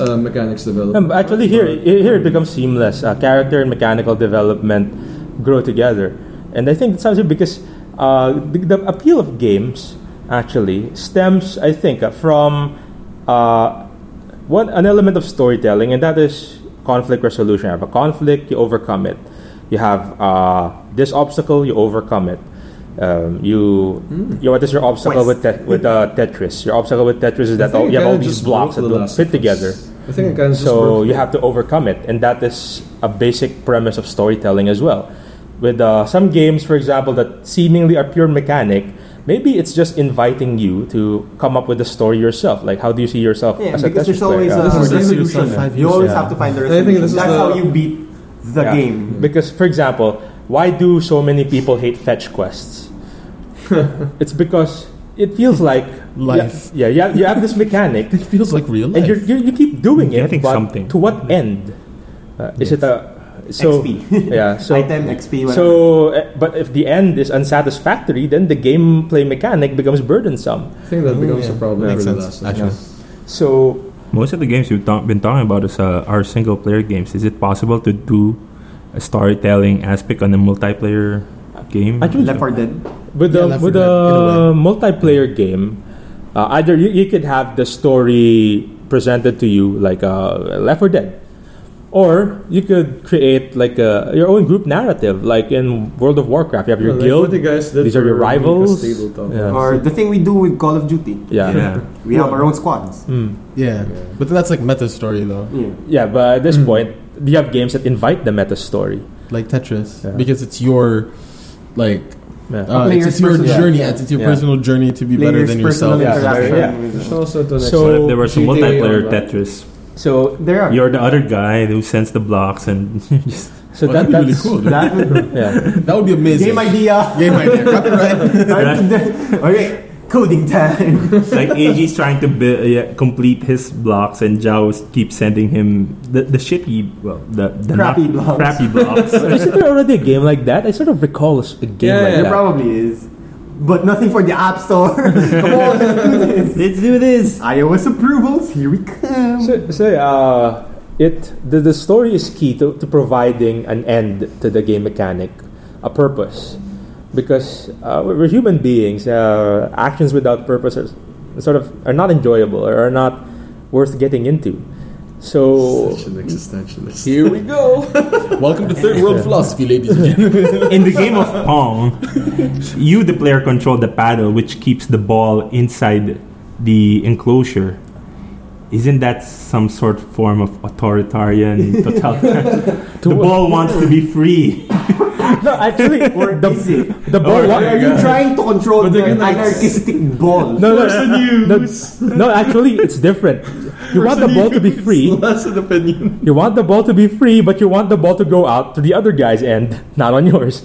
S5: Uh, mechanics development.
S4: Um, actually, here here it becomes seamless. Uh, character and mechanical development grow together, and I think it's something because uh, the, the appeal of games actually stems, I think, uh, from uh, one an element of storytelling, and that is conflict resolution. You have a conflict, you overcome it. You have uh, this obstacle, you overcome it. Um, you,
S5: Hmm.
S4: you what is your obstacle with te- with uh, Tetris? Your obstacle with Tetris is
S5: I
S4: that
S5: think
S4: oh,
S5: I
S4: you have
S5: kinda
S4: all these
S5: just
S4: blocks that
S5: broke the
S4: don't
S5: last
S4: fit
S5: of us.
S4: together
S5: I think I kind of just
S4: so
S5: broke
S4: you
S5: the-
S4: have to overcome it and that is a basic premise of storytelling as well with uh, some games for example that seemingly are pure mechanic maybe it's just inviting you to come up with a story yourself like how do you see yourself
S2: Yeah,
S4: as a
S2: because
S4: Tetris
S2: there's always
S4: player?
S2: a
S5: This is
S2: resolution.
S1: resolution, yeah.
S2: You always
S4: uh, Yeah.
S2: have to find the
S5: I
S2: resolution.
S5: think this is
S2: That's
S5: the-
S2: how you beat the
S4: Yeah.
S2: game.
S4: Because, for example, why do so many people hate fetch quests? it's because it feels like
S1: Life.
S4: Yeah, yeah you, have, you have this mechanic,
S1: It feils like real life.
S4: and you're, you you keep doing it.
S3: Getting
S4: but
S3: something.
S4: To what end? Uh, Is it a so?
S2: XP.
S4: Yeah. So
S2: Item XP. Whatever.
S4: so, uh, but if the end is unsatisfactory, then the gameplay mechanic becomes burdensome.
S5: I think that
S1: Oh,
S5: becomes
S1: yeah.
S5: a problem
S1: Makes
S5: for the
S1: sense,
S5: last of
S1: actually.
S5: us.
S4: So,
S3: Most of the games we've ta- been talking about is uh, are single player games. Is it possible to do a storytelling aspect on a multiplayer game?
S4: Actually,
S2: Left 4 Dead.
S4: with
S1: Yeah,
S4: the
S1: Left
S4: with
S1: 4 Dead, in a
S4: a multiplayer game, uh, either you, you could have the story presented to you like uh, Left 4 Dead, or you could create like a, your own group narrative, like in World of Warcraft. You have your
S5: Like
S4: guild.
S5: what the guys did
S4: these are your
S5: for Minecraft
S4: rivals.
S5: Tabletop.
S4: Yeah.
S2: Or the thing we do with Call of Duty.
S4: yeah.
S3: yeah.
S2: We have our own squads.
S4: Mm.
S1: yeah.
S5: Yeah.
S1: but that's like meta story though,
S2: Yeah.
S4: Yeah, but at this point, you have games that invite the meta story.
S1: like Tetris,
S4: Yeah.
S1: because it's your like
S4: Yeah.
S1: uh, it's,
S2: Player's
S1: it's your
S2: personal-
S1: journey.
S2: yeah.
S1: It's, it's your
S4: Yeah.
S1: personal journey to be better
S2: Players'
S1: than
S2: personal
S1: yourself.
S4: Yeah.
S2: interaction.
S4: Yeah.
S2: with-
S5: There's also the next
S4: So-
S5: one.
S3: What if there was a
S5: GTA
S3: multiplayer
S5: online.
S3: Tetris?
S4: So,
S2: There are.
S3: You're the other guy who sends the blocks and just
S4: so
S1: Well, that'd
S4: that,
S1: be really
S4: that's
S1: cool. dude.
S2: That would-
S4: yeah.
S1: That would be amazing.
S2: game idea.
S1: Game idea. Copyright.
S2: okay. Coding time.
S3: like AG's trying to bu- yeah, complete his blocks, and Zhao keeps sending him the, the shitty, well, the, the
S2: Crappy blocks.
S3: crappy blocks.
S4: Isn't there already a game like that? I sort of recall a s- a game
S5: Yeah,
S4: like
S5: yeah,
S2: There
S4: that.
S2: probably is. But nothing for the App Store. Come on, let's do this.
S3: Let's do this.
S2: iOS approvals, here we come.
S4: So, so yeah, uh, it the, the story is key to, to providing an end to the game mechanic, a purpose, because uh, we're we're human beings. Uh, actions without purpose are sort of are not enjoyable or are not worth getting into. So
S5: Such an existentialist.
S1: Here we go. Welcome to third world philosophy, ladies and gentlemen.
S3: In the game of Pong, you, the player, control the paddle, which keeps the ball inside the enclosure. Isn't that some sort of form of authoritarian totalitarian? the ball wants to be free.
S4: no, actually,
S2: Or
S4: the, Oh
S2: is it?
S4: the ball.
S2: Or are you trying to control the anarchistic ball?
S4: No, no, no, no, actually, it's different. You want the ball to be free.
S5: That's an opinion.
S4: You want the ball to be free, but you want the ball to go out to the other guy's end, not on yours.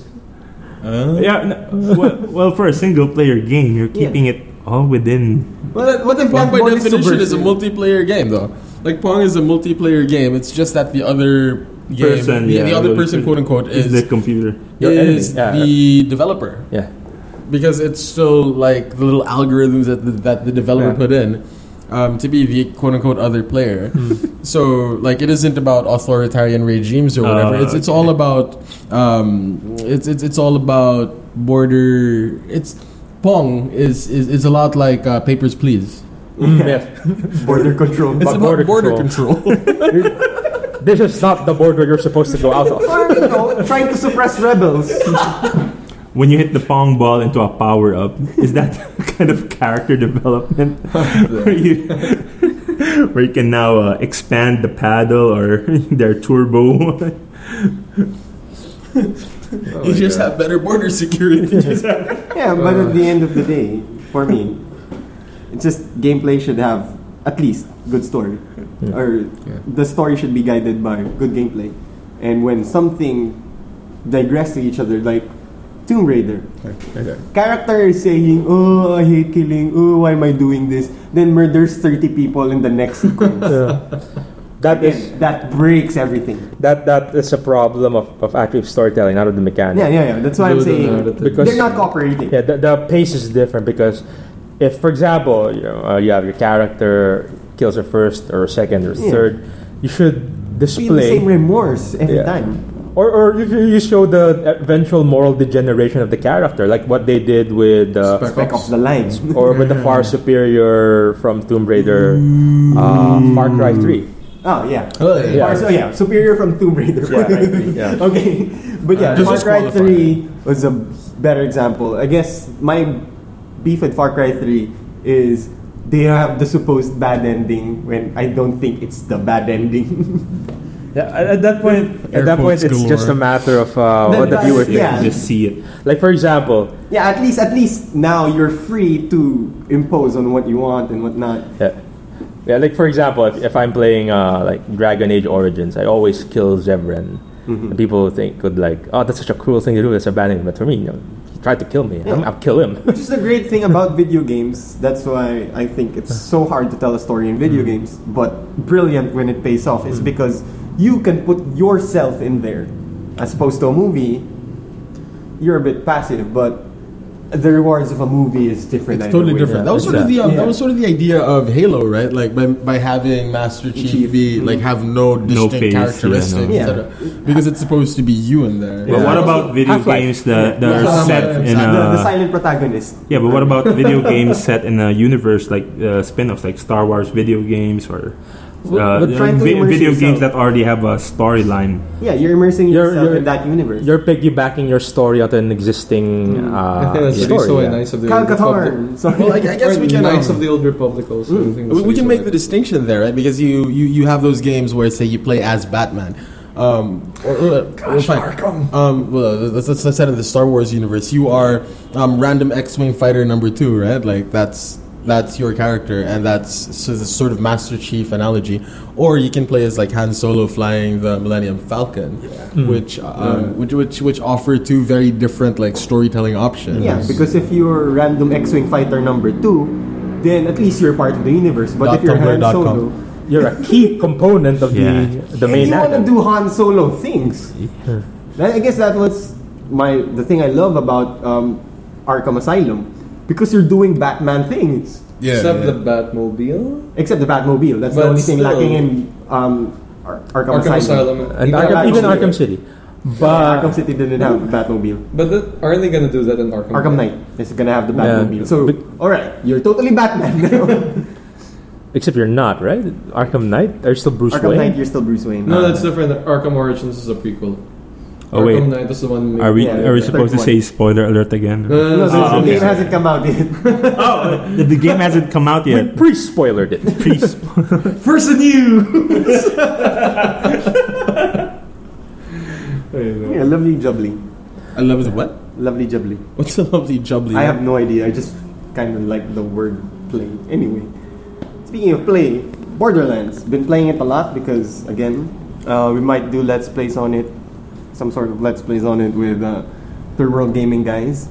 S3: Yeah. No, well, well, for a single player game, you're
S2: Yeah.
S3: keeping it all within.
S2: Well, what if
S1: Pong
S2: that
S1: by
S2: ball
S1: definition is a
S2: subversive?
S1: multiplayer game though. Like Pong is a multiplayer game. It's just that the other game,
S3: Person,
S1: the,
S3: yeah,
S1: the other
S3: the-
S1: person, quote unquote,
S3: Is
S1: is
S3: the computer.
S4: Your
S1: is
S4: enemy, yeah.
S1: the developer
S4: Yeah.
S1: because it's still like the little algorithms that the, that the developer
S4: Yeah.
S1: put in um, to be the quote unquote other player. so like it isn't about authoritarian regimes or whatever.
S3: Uh,
S1: it's it's all about um, it's, it's it's all about border. It's Pong is is, is a lot like uh, Papers Please.
S4: Yeah.
S2: border control.
S1: It's
S4: But
S1: about border
S4: border
S1: control.
S4: This is not the border you're supposed to go out of.
S2: Or, you know, trying to suppress rebels.
S3: when you hit the pong ball into a power up, is that kind of character development where you where you can now uh, expand the paddle or their turbo?
S5: Oh
S1: you
S5: my
S1: just
S5: God.
S1: have better border security.
S2: Yeah, but at
S5: Uh.
S2: the end of the day, for me, it's just gameplay should have at least good story, or
S5: Yeah.
S2: the story should be guided by good gameplay. And when something digress to each other, like Tomb Raider,
S5: Okay.
S2: character is saying, "Oh, I hate killing. Oh, why am I doing this?" Then murders thirty people in the next sequence.
S4: Yeah. That is
S2: Again, that breaks everything.
S4: that that is a problem of, of active storytelling, not of the mechanics.
S2: Yeah, yeah, yeah. That's why I'm
S5: Build the
S2: saying
S5: narrative.
S4: Because-
S2: they're not cooperating.
S4: Yeah, the, the pace is different because if, for example, you know, uh, you have your character kills her first or second or
S2: Yeah.
S4: third, you should
S2: Feel the same
S4: display
S2: remorse every
S4: Yeah.
S2: time.
S4: or or you, you show the eventual moral degeneration of the character, like what they did with uh,
S5: Spec
S2: Back
S5: Ops.
S2: off the line.
S4: or with the far superior from Tomb Raider, uh, Far Cry Three.
S2: Oh yeah.
S1: Oh, yeah.
S2: Far- so yeah, superior from Tomb Raider.
S4: Yeah, I agree, yeah.
S2: okay, but yeah,
S1: Just
S2: Far Cry
S1: disqualify.
S2: Three was a better example. I guess my beef with Far Cry Three is they have the supposed bad ending when I don't think it's the bad ending.
S4: Yeah, at, at that point,
S1: Air
S4: at that point,
S1: quotes
S4: it's
S1: galore.
S4: just a matter of uh,
S2: Then
S4: what the
S2: that's-
S4: viewer thinks.
S2: Yeah.
S3: Just see it.
S4: Like for example,
S2: yeah, at least at least now you're free to impose on what you want and whatnot.
S4: Yeah. Yeah, like for example, if, if I'm playing uh, like Dragon Age Origins, I always kill Zevran. And people think would like, oh, that's such a cruel thing to do. That's abandoning. But for me, you know, he tried to kill me. I'm, I'll kill him.
S2: Which is the great thing about video games. That's why I think it's so hard to tell a story in video games, but brilliant when it pays off is because you can put yourself in there. As opposed to a movie, you're a bit passive, but the rewards of a movie is different.
S1: It's
S2: either
S1: totally
S2: way.
S1: different. That was sort of the um,
S2: Yeah.
S1: that was sort of the idea of Halo, right? Like by, by having Master Chief,
S2: Chief.
S1: be like have no distinct
S3: face, yeah,
S1: characteristics,
S2: no.
S1: et cetera. because it's supposed to be you in there.
S3: But
S2: Yeah.
S3: what about video
S4: Half-Life.
S3: games that, that
S1: Yeah.
S3: are
S1: Half-Life.
S3: set in
S1: Yeah.
S3: a
S2: The, uh, the silent protagonist.
S3: Yeah, but what about video games set in a universe like uh, spin-offs, like Star Wars video games or uh,
S4: But
S2: trying to
S3: vi-
S2: immerse
S3: video games
S2: yourself.
S3: that already have a storyline?
S2: Yeah, you're immersing
S4: You're-
S2: yourself
S4: you're-
S2: in that universe.
S4: You're piggybacking your story onto an existing uh,
S1: Ah,
S5: I think that's really
S4: story.
S5: so
S4: yeah.
S5: nice of the
S2: Cal
S5: Old Republic.
S2: Katarn. Sorry.
S1: Well, I, I guess
S5: Or
S1: we can
S5: Knights
S1: um,
S5: of the Old Republic also. I think
S1: we,
S5: that's
S1: we can
S5: really
S1: make the
S5: solid.
S1: distinction there, right? Because you you, you have those games where say you play as Batman. Um, or, or- or fine. Um, well, let's, let's, let's set in the Star Wars universe. You are um, random X-wing fighter number two, right? Like that's that's your character, and that's so the sort of Master Chief analogy. Or you can play as like Han Solo flying the Millennium Falcon, which um, which which which offer two very different like storytelling options.
S2: Yeah, because if you're random X-wing fighter number two, then at least you're part of the universe. But
S1: Dot
S2: if you're Han
S1: tumblr dot com.
S2: Solo,
S4: You're a key component of
S3: Yeah.
S4: the the
S2: and
S4: main.
S2: you want to
S4: act.
S2: do Han Solo things. That- I guess that was my the thing I love about um, Arkham Asylum because you're doing Batman things.
S1: yeah,
S5: Except
S1: yeah.
S5: the Batmobile,
S2: Except the Batmobile. That's the
S5: But
S2: only thing
S5: still-
S2: lacking in um, Ar- Arkham,
S5: Arkham
S2: Asylum.
S5: Asylum,
S4: And
S2: Yeah,
S4: Arkham,
S2: Arkham
S4: even
S2: City.
S4: Arkham City.
S2: But Arkham
S4: But
S2: City didn't have the Batmobile.
S5: But the, aren't they gonna do that in Arkham?
S2: Arkham Knight is gonna have the
S4: Yeah.
S2: Batmobile. So,
S4: But-
S2: all right, you're totally Batman now.
S4: except you're not, right? Arkham Knight? Are you still Bruce
S2: Arkham
S4: Wayne?
S2: Knight, you're still Bruce Wayne.
S5: No, that's uh, different. Arkham Origins is a prequel.
S3: Oh
S5: Arkham
S3: wait,
S5: Knight is the one.
S3: are we
S2: Yeah,
S3: are we
S2: yeah.
S3: supposed to say spoiler alert again?
S5: No, no,
S2: No,
S5: no,
S2: the
S5: no,
S3: Ah,
S2: the
S3: okay.
S2: game hasn't come out yet.
S3: oh, the, the game hasn't come out
S4: We
S3: yet.
S4: pre-spoilered it.
S3: Please.
S2: First and you. yeah, lovely jubbly.
S1: I love the what?
S2: Lovely jubbly.
S1: What's the lovely jubbly?
S2: I have no idea. I just kind of like the word play. Anyway, speaking of play, Borderlands. Been playing it a lot because again, uh, we might do let's plays on it, some sort of let's plays on it with uh, Third World Gaming guys.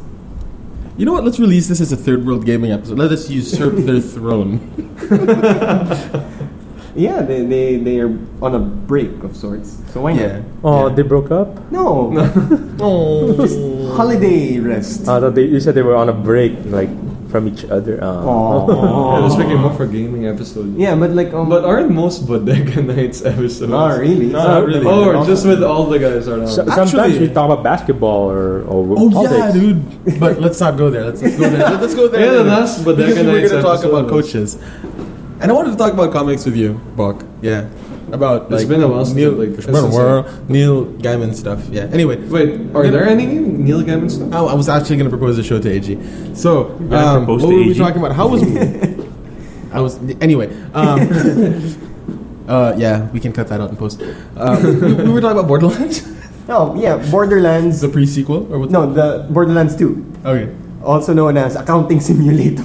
S1: You know what? Let's release this as a third world gaming episode. Let us usurp their throne.
S2: Yeah, they, they they are on a break of sorts. So why
S1: Yeah.
S4: Oh, they broke up?
S2: not? No, just
S5: Oh.
S2: holiday rest.
S4: Uh, they, you said they were on a break, like from each other.
S2: Oh,
S4: Uh,
S5: Yeah,
S2: Aww.
S5: this became more for gaming episode.
S2: Yeah, but like um,
S5: But aren't most Bodega Nights episodes?
S2: Ah, really?
S5: Not
S2: So-
S5: really.
S2: Oh,
S5: Or just with all the guys around.
S4: so-
S1: Actually-
S4: sometimes we talk about basketball or, or
S1: Oh yeah,
S4: topics.
S1: dude. But let's not go there. Let's, let's go there. Let's go there.
S5: Yeah, the
S1: later.
S5: last Bodega
S1: because we were
S5: Nights
S1: going to talk
S5: episode
S1: about
S5: was-
S1: coaches, and I wanted to talk about comics with you, Bok. Yeah. about
S5: It's
S1: like
S5: been a while since I
S1: Neil,
S5: played
S1: it's
S5: Christmas
S1: been a while. Neil Gaiman stuff. Yeah. Anyway,
S5: Wait, are there any Neil Gaiman stuff?
S1: Oh, I, I was actually going to propose a show to AG. So,
S3: gonna
S1: um, what
S3: propose
S1: were
S3: to
S1: we
S3: AG?
S1: talking about? How was I was anyway. Um, uh, yeah, we can cut that out in post. Um, we, we were talking about Borderlands,
S2: No, Oh, yeah, Borderlands.
S1: the pre-sequel, or what's
S2: No, the Borderlands 2,
S1: Okay,
S2: also known as Accounting Simulator.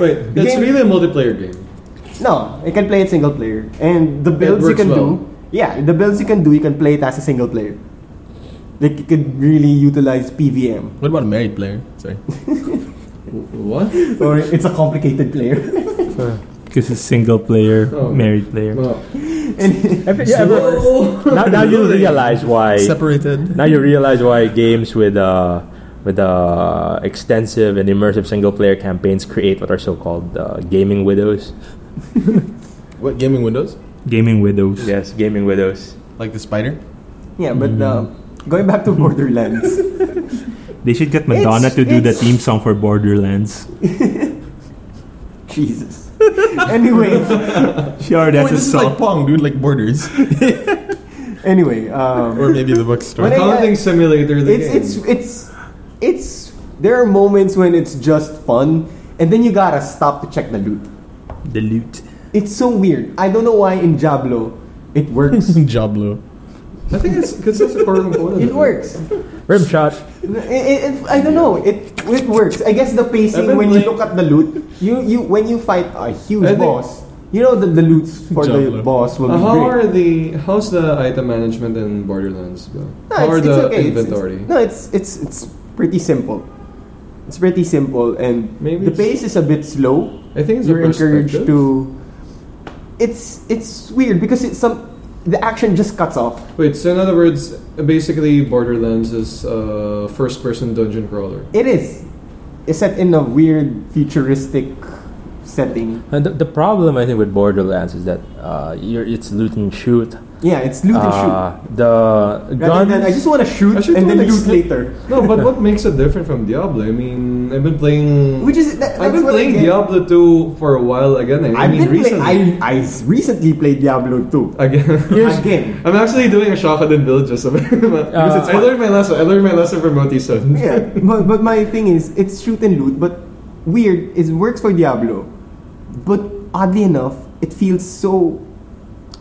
S5: Wait,
S2: The
S5: it's
S2: game-
S5: really a multiplayer game.
S2: no, you can play it single player, and the builds you
S5: works
S2: can
S5: well.
S2: do. Yeah, the builds you can do, you can play it as a single player. Like you could really utilize PVM,
S1: what about a married player? Sorry,
S5: What?
S2: or it's a complicated player.
S3: Because it's single player,
S5: Oh.
S3: married player.
S5: Wow.
S2: and
S4: Have you ever, now, now you realize why.
S1: separated.
S4: Now you realize why games with uh, with uh, extensive and immersive single player campaigns create what are so called uh, gaming widows.
S1: What gaming windows?
S3: Gaming widows.
S4: Yes, gaming widows.
S1: Like the spider?
S2: yeah, but
S5: Mm-hmm.
S2: uh, going back to Borderlands,
S3: They should get Madonna
S2: It's-
S3: to do the
S2: it's-
S3: theme song for Borderlands.
S2: Jesus. anyway,
S3: Sure,
S1: Wait,
S3: that's
S2: Oh,
S3: a
S1: this is like
S3: song.
S1: Pong, dude. Like borders,
S2: anyway, um,
S1: or maybe the bookstore.
S2: What I-
S5: Accounting simulator. The game.
S2: it's it's it's it's there are moments when it's just fun and then you gotta stop to check the loot
S3: the loot.
S2: it's so weird i don't know why in Diablo it works
S1: Jablo.
S5: I think it's because it's a core component.
S2: it works
S4: Rimshot.
S2: It- it- it- i don't know it it works i guess the pacing
S5: I've been
S2: when you
S5: playing-
S2: look at the loot you you when you fight a huge
S5: I think-
S2: boss you know that the loots for the
S1: Diablo.
S2: boss will
S5: Uh,
S2: be
S5: how
S2: great
S5: are the how's the item management in Borderlands? Go?
S2: No, Ah, it's,
S5: how are
S2: it's
S5: the
S2: okay. It's-
S5: inventory?
S2: It's, no, it's it's it's pretty simple. It's pretty simple, and
S5: Maybe
S2: the
S5: it's-
S2: pace is a bit slow.
S5: I think it's
S2: you're
S5: a perspective.
S2: encouraged to. It's it's weird because it's some the action just cuts off.
S5: Wait, so in other words, basically Borderlands is uh, first-person dungeon crawler.
S2: It is. It's set in a weird futuristic setting.
S4: And the, the problem I think with Borderlands is that uh, you're, it's loot and shoot.
S2: Yeah, it's loot and shoot.
S4: Uh, the
S2: Rather than I
S4: guns.
S2: just want to shoot
S5: I should
S2: and
S5: do
S2: then
S5: an
S2: loot
S5: ex-
S2: later,
S5: No, but what makes it different from Diablo? I mean, I've been playing.
S2: which is that, that's
S5: I've been
S2: what I
S5: playing
S2: get.
S5: Diablo 2 for a while again. I, I
S2: I've
S5: mean,
S2: been play-
S5: recently.
S2: I I recently played Diablo 2
S5: again.
S2: again.
S5: I'm actually doing a Shakaden build just because
S4: it's
S5: I learned my lesson. I learned my lesson from Moti-san.
S2: yeah, but, but my thing is, it's shoot and loot, but weird, it works for Diablo. But oddly enough, it feels so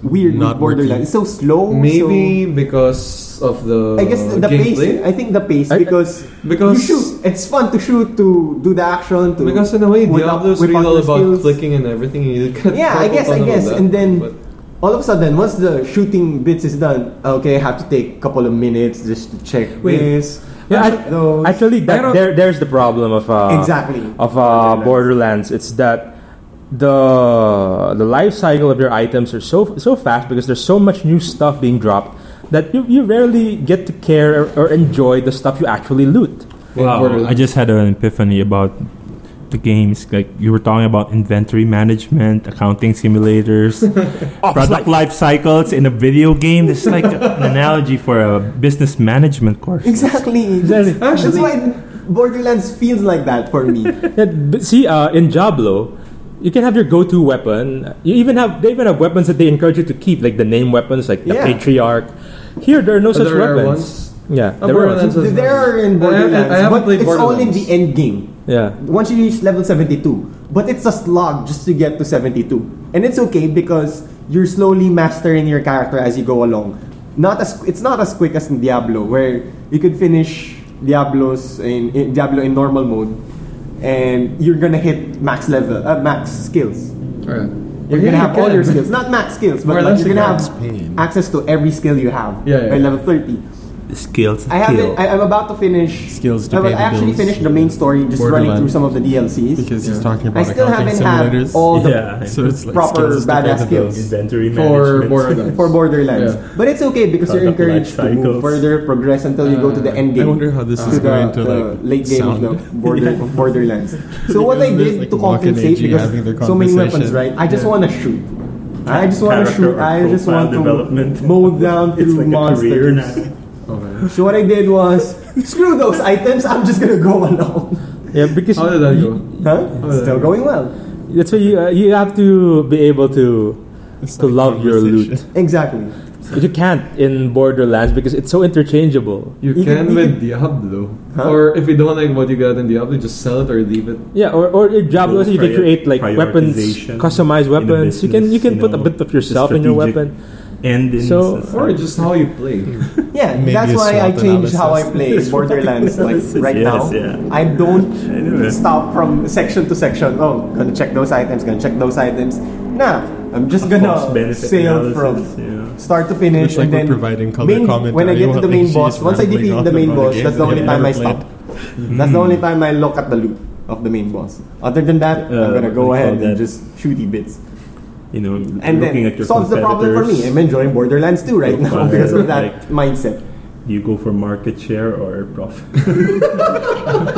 S2: weird
S1: Not
S2: with Borderlands.
S1: working.
S2: It's so slow.
S5: Maybe because of the
S2: so- I guess the, the pace.
S5: gameplay.
S2: I think the pace
S4: I-
S2: because
S5: because-
S2: you shoot. It's fun to shoot to do the action to
S5: because in a way,
S2: whip up-
S5: Diablo's
S2: whip
S5: really
S2: up
S5: all
S2: your
S5: about
S2: skills.
S5: clicking and everything. You can
S2: Yeah, I guess, I guess, and then-
S5: but,
S2: All of a sudden, once the shooting bits is done, okay, I have to take a couple of minutes just to check
S5: Wait.
S2: this.
S4: Yeah,
S2: check those.
S4: Actually,
S5: I Ah. don't-
S4: that, there, there's the problem of uh,
S2: exactly.
S4: of uh, Borderlands. It's that the the life cycle of your items are so so fast because there's so much new stuff being dropped that you, you rarely get to care or, enjoy the stuff you actually loot.
S5: Yeah,
S3: Wow,
S5: Borderlands.
S3: I just had an epiphany about the games. Like you were talking about inventory management, accounting simulators, product life cycles in a video game. This is like an analogy for a business management course.
S2: Exactly. That's, that's why Borderlands feels like that for me.
S4: Yeah, but see, uh, in Diablo, you can have your go-to weapon. You even have they even have weapons that they encourage you to keep, like the name weepons, like the
S2: Yeah.
S4: Patriarch. Here, there are no
S5: Are
S4: such
S5: there rare
S4: weapons.
S5: ones?
S4: Yeah,
S5: Oh,
S4: there are.
S5: Borderlands is-
S2: there are in
S5: I haven't-
S2: Borderlands,
S5: I haven't
S2: but
S5: played
S2: it's all in
S5: Borderlands.
S2: the end game.
S4: Yeah.
S2: Once you reach level 72, but it's a slog just to get to 72, and it's okay because you're slowly mastering your character as you go along. Not as it's not as quick as in Diablo, where you could finish Diablo's in, in Diablo in normal mode, and you're gonna hit max level, uh, max skills.
S5: Alright.
S2: You're
S5: Yeah,
S2: gonna
S5: you
S2: have all
S5: can.
S2: your skills, not max skills, but
S5: Or
S2: like
S5: that's
S2: you're
S5: a
S2: gonna
S5: max
S2: have
S1: pain.
S2: access to every skill you have
S5: Yeah, yeah,
S2: by
S5: yeah.
S2: level 30.
S3: Skills to
S2: I
S3: kill.
S2: haven't. I, I'm about to finish.
S1: Skills to
S2: I,
S1: pay
S2: will
S1: the
S2: actually
S1: bills.
S2: finish the main story, just running
S1: Borderlands.
S2: through some of the DLCs.
S1: Because he's
S5: Yeah.
S1: talking about
S2: I still
S1: accounting
S2: haven't had
S1: simulators.
S2: all the
S3: yeah.
S1: so it's like
S2: proper
S1: skills to pay
S2: badass
S1: the
S2: skills.
S1: bills.
S3: inventory
S5: for
S3: management.
S5: Borderlands.
S2: for Borderlands,
S5: Yeah.
S2: but it's okay because you're
S4: Product
S2: encouraged
S4: life
S2: to move
S4: cycles.
S2: further, progress until you go to the
S5: Uh,
S2: end
S1: I
S2: game.
S1: wonder how this
S2: to
S1: is
S2: the,
S1: going to
S2: the
S1: like
S2: late game
S1: sound.
S2: of the border, of Borderlands. So what I
S1: Because there's,
S2: did
S1: like,
S2: to
S1: Walk and
S2: compensate
S1: AG having their
S2: because so many weapons,
S1: conversation.
S2: right? I just want to shoot. I just want to
S3: Character
S2: shoot.
S3: or
S2: I just
S3: profile
S2: want to
S3: development.
S2: mow down
S3: It's
S2: through
S3: like a career
S2: monsters.
S3: now.
S5: Okay.
S2: So what I did was screw those items. I'm just gonna go alone.
S4: Yeah, because
S5: How did that go?
S1: Oh,
S2: Huh? Still going well.
S4: That's why you, uh, you have to be able to
S1: It's
S4: to
S1: like
S4: love your loot.
S1: conversation.
S2: Exactly.
S4: But you can't in Borderlands because it's so interchangeable.
S5: You
S2: You
S5: can
S2: can- you
S5: with Diablo.
S2: Huh?
S5: Or if you don't like what you got in Diablo, just sell it or leave it.
S4: Yeah, or or in Diablo,
S3: Well,
S4: you can
S3: prior-
S4: create like weapons,
S3: prioritization
S4: customized
S3: in the
S4: weapons. You can you
S3: business,
S4: can
S3: you
S4: put a
S3: know,
S4: bit of
S3: the
S4: yourself in your
S3: strategic
S4: weapon.
S3: And in
S4: So-
S3: society.
S5: Or just how you play.
S2: Yeah,
S1: Maybe
S2: that's
S1: a
S2: why I
S1: SWOT
S2: changed how I
S1: analysis.
S2: play Borderlands. Like
S3: analysis,
S2: right
S3: yes,
S2: now,
S3: yeah.
S2: I don't
S3: Anyway.
S2: stop from section to section. Oh, gonna check those items. Gonna check those items. Nah, I'm just gonna
S3: Cost-benefit
S2: sail
S3: analysis,
S2: from
S3: yeah.
S2: Start to
S1: Looks
S2: finish,
S1: like
S2: and
S1: we're
S2: then
S1: providing color
S2: main-
S1: commentary.
S2: when I
S1: You
S2: get to
S1: have
S2: the
S1: the
S2: main
S1: cheese
S2: boss, once I
S1: rambling
S2: defeat
S1: on
S2: the main
S1: about a
S2: boss,
S1: game
S2: that's the
S1: that
S2: only
S1: you
S2: time I
S1: never
S2: stop. That's the only time I look at the loot of the main boss. Other than that, I'm
S3: Uh,
S2: gonna
S3: what do you
S2: go ahead
S3: call
S2: and
S3: that?
S2: just shooty bits,
S3: you know,
S2: and
S3: looking
S2: then
S3: at your
S2: solves the problem for me.
S3: competitors.
S2: I'm enjoying Borderlands 2 right now
S3: Profile,
S2: because of
S3: like-
S2: that mindset.
S3: Do you go for market share or profit?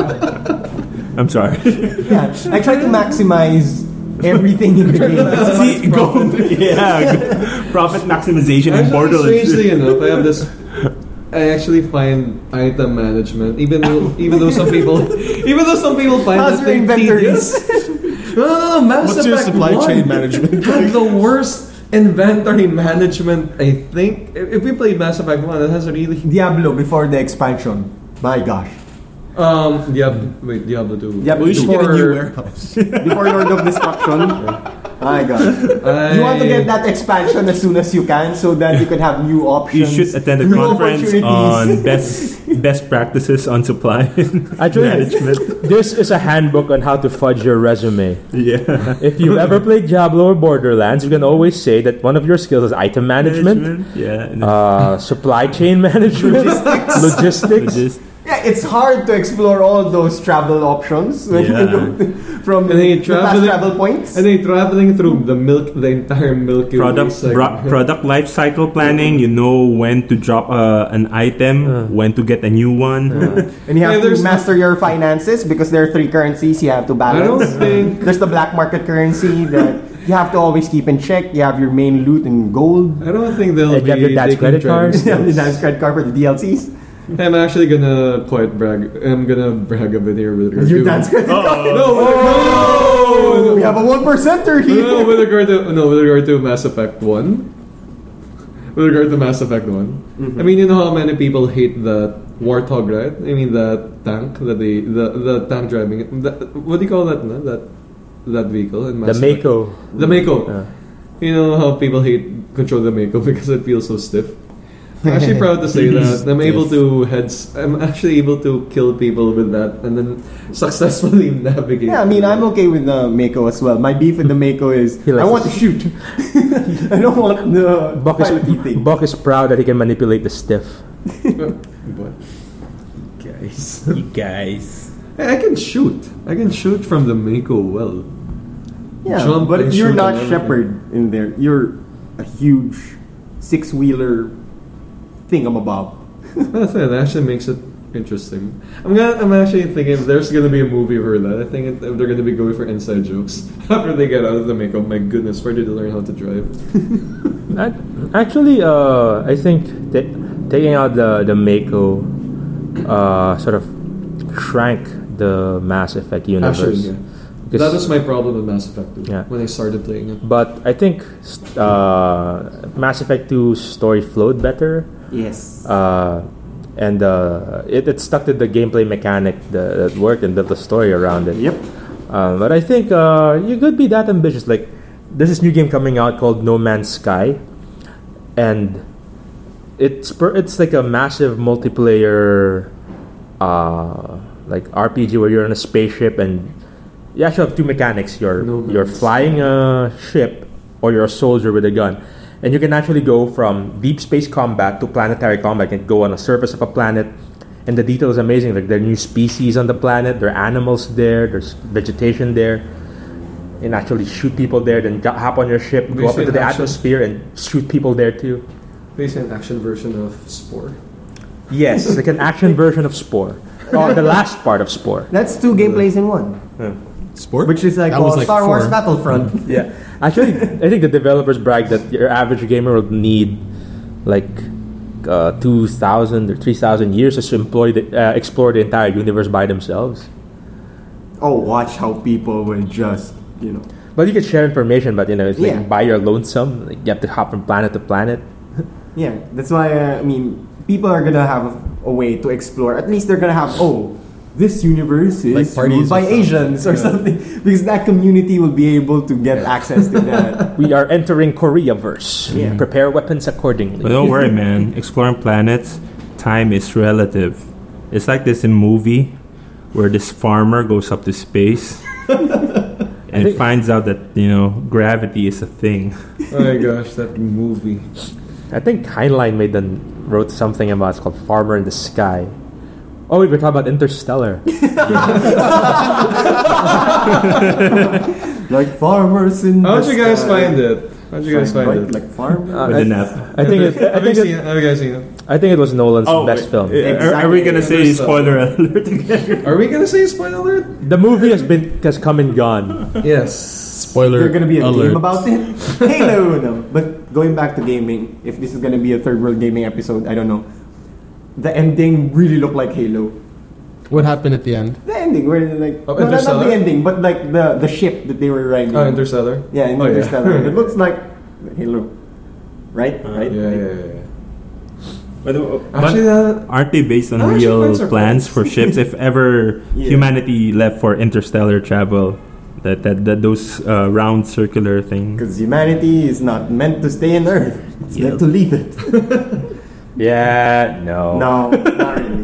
S3: I'm sorry.
S2: Yeah, I try to maximize everything in the game.
S3: See, go, yeah, go- profit maximization in
S5: Actually, strangely
S3: Borderlands.
S5: enough, I have this. I actually find item management, even though even though some people, even though some people find
S2: How's
S5: that
S2: your
S5: thing
S2: inventories?
S5: tedious. No, no, no, Mass
S1: What's your
S5: Effect
S1: supply
S5: 1
S1: chain management?
S5: had the worst inventory management. I think if if we played Mass Effect One, it has a really
S2: Diablo before the expansion. My gosh,
S5: um Diablo wait Diablo Two.
S2: Diablo
S1: Well, you should get a new
S5: Before-
S1: warehouse.
S2: before Lord of Destruction. My gosh.
S5: I-
S2: You want to get that expansion as soon as you can so that you can have new
S3: You
S2: options.
S3: should attend a
S2: new
S3: conference
S2: opportunities.
S3: on best best practices on supply and
S4: Actually,
S3: management.
S4: this is a handbook on how to fudge your resume.
S3: Yeah,
S4: If you've ever played Diablo or Borderlands, you can always say that one of your skills is item management,
S3: Yeah, and
S4: uh, supply chain management, logistics.
S3: just
S2: Yeah, it's hard to explore all those travel options when you
S3: Yeah.
S2: go from
S5: And then you
S2: the fast
S5: travel-
S2: travel points.
S5: And then traveling through the milk, the entire Milky
S3: product
S5: Way.
S3: bro-
S5: segment.
S3: product life cycle planning. You know when to drop uh, an item,
S4: Uh.
S3: when to get a new one.
S2: And you have to
S5: Yeah, there's-
S2: master your finances because there are three currencies you have to
S5: I
S2: balance.
S5: don't think
S2: There's the black market currency that you have to always keep in check. You have your main loot in gold.
S5: I don't think
S4: Yeah,
S5: they'll be
S4: grab your dad's credit
S5: taking credit
S4: card.
S2: You have the
S5: cards.
S2: dance card card for the DLCs.
S5: I'm actually gonna quite brag. I'm gonna brag a bit here with regard
S2: Your
S5: to
S2: dance card.
S5: No,
S3: Uh-oh.
S5: no,
S2: We
S5: no,
S2: have a one percenter
S5: no, no,
S2: here.
S5: with regard to no, with regard to Mass Effect One. With regard to Mass Effect One, I mean, you know how many people hate that warthog, right? I mean, that tank that they the the tank driving. it- That, what do you call that? No? That that vehicle in
S4: The
S5: Mass Effect?
S4: Mako.
S5: The Mako.
S4: Yeah.
S5: You know how people hate control the Mako because it feels so stiff. I'm actually proud to say that I'm able to heads. I'm actually able to kill people with that, and then successfully navigate.
S2: Yeah, I mean, I'm okay with the Mako as well. My beef with the Mako is
S4: He likes
S2: I want to shoot. I don't want the
S4: Buck is,
S2: pilot thing.
S4: Buck is proud that he can manipulate the stiff.
S5: What? Guys,
S3: You guys.
S5: I I can shoot. I can shoot from the Mako well.
S2: Yeah,
S5: Jump
S2: but
S5: and
S2: you're
S5: shoot
S2: not
S5: and everything.
S2: Shepard in there. You're a huge six wheeler thingamabob.
S5: That's it. That actually makes it interesting. I'm gonna. I'm actually thinking if there's gonna be a movie for that. I think it, they're gonna be going for inside jokes after they get out of the Mako. My goodness, where did they learn how to drive?
S4: Ac- Actually, uh, I think ta- taking out the the Mako uh, sort of shrank the Mass Effect universe.
S5: Actually, yeah.
S4: Because-
S5: That was my problem with Mass Effect 2
S4: Yeah.
S5: when I started playing it.
S4: but I think st- uh, Mass Effect 2's story flowed better,
S2: Yes.
S4: uh, and uh, it, it stuck to the gameplay mechanic that, that worked and built the story around it.
S2: Yep.
S4: Uh, but I think uh, you could be that ambitious. Like, there's this new game coming out called No Man's Sky, and it's per- it's like a massive multiplayer, uh, like RPG where you're on a spaceship and you actually have two mechanics. You're
S5: No
S4: you're
S5: Man's
S4: flying a ship or you're a soldier with a gun, and you can actually go from deep space combat to planetary combat. You can go on the surface of a planet, and the detail is amazing. Like there are new species on the planet, there are animals there, there's vegetation there. And actually shoot people there, then jo- hop on your ship,
S5: Have you
S4: go up
S5: seen
S4: into the
S5: Action?
S4: atmosphere, and shoot people there too.
S5: Basically, an action version of Spore.
S4: Yes, like an action version of Spore, or the last part of Spore.
S2: That's two gameplays in one,
S1: Sport?
S2: which is like,
S1: That was
S2: uh,
S1: like
S2: Star Wars
S1: four.
S2: Battlefront.
S4: Yeah, actually, I think the developers brag that your average gamer would need like uh, two thousand or three thousand years just to employ the, uh, explore the entire universe by themselves.
S2: Oh, watch how people will just, you know,
S4: But you can share information, but you know, it's like
S2: Yeah.
S4: by your lonesome. Like you have to hop from planet to planet.
S2: Yeah, that's why uh, I mean, people are gonna have a way to explore. At least they're gonna have oh, this universe
S1: Like
S2: is
S1: parties
S2: ruled by
S1: or something.
S2: Asians or
S5: Yeah.
S2: something, because that community will be able to get access to that.
S4: We are entering Korea verse.
S2: Yeah.
S4: Prepare weapons accordingly.
S3: But don't worry, man. Exploring planets, time is relative. It's like this in movie where this farmer goes up to space and
S4: think-
S3: finds out that you know gravity is a thing.
S5: Oh my gosh, that movie.
S4: I think Heinlein made them wrote something about it's called Farmer in the Sky. Oh, we were talking about Interstellar.
S2: like farmers in.
S5: How'd
S2: the
S5: you guys
S2: sky.
S5: find it? How'd you guys
S2: Right,
S5: find it?
S2: Like farmers.
S4: Uh,
S3: With
S4: I-
S3: an app.
S4: I think it, I
S5: have you
S4: think
S5: seen
S4: it,
S5: it? Have you guys seen it? Oh,
S4: I think it was Nolan's best
S3: wait,
S4: film.
S3: eh, Are, are we gonna say
S5: Exactly.
S3: spoiler alert again?
S5: Are we gonna say spoiler alert?
S4: The movie has been has come and gone.
S5: Yes.
S1: Spoiler.
S2: There's gonna be a
S1: alert.
S2: game about it. Halo, no. But going back to gaming, if this is gonna be a third world gaming episode, I don't know. The ending really looked like Halo.
S1: What happened at the end?
S2: The ending where they're like no,
S5: Oh,
S2: not- not
S5: Interstellar?
S2: the ending, but like the the ship that they were riding.
S5: Oh, Interstellar.
S2: Yeah, in
S5: Oh,
S2: Interstellar. It looks like Halo. Right? right?
S5: Uh, yeah, yeah, yeah.
S3: But,
S4: oh,
S5: Actually, that,
S3: aren't they based on
S5: Actually,
S3: real
S5: plans are
S3: plans for ships? If ever
S2: Yeah.
S3: humanity left for interstellar travel, that that, that those uh, round circular things.
S2: Because humanity is not meant to stay on Earth. It's
S3: Yeah.
S2: meant to leave it.
S4: Yeah, no.
S5: Oh.
S2: No, not really.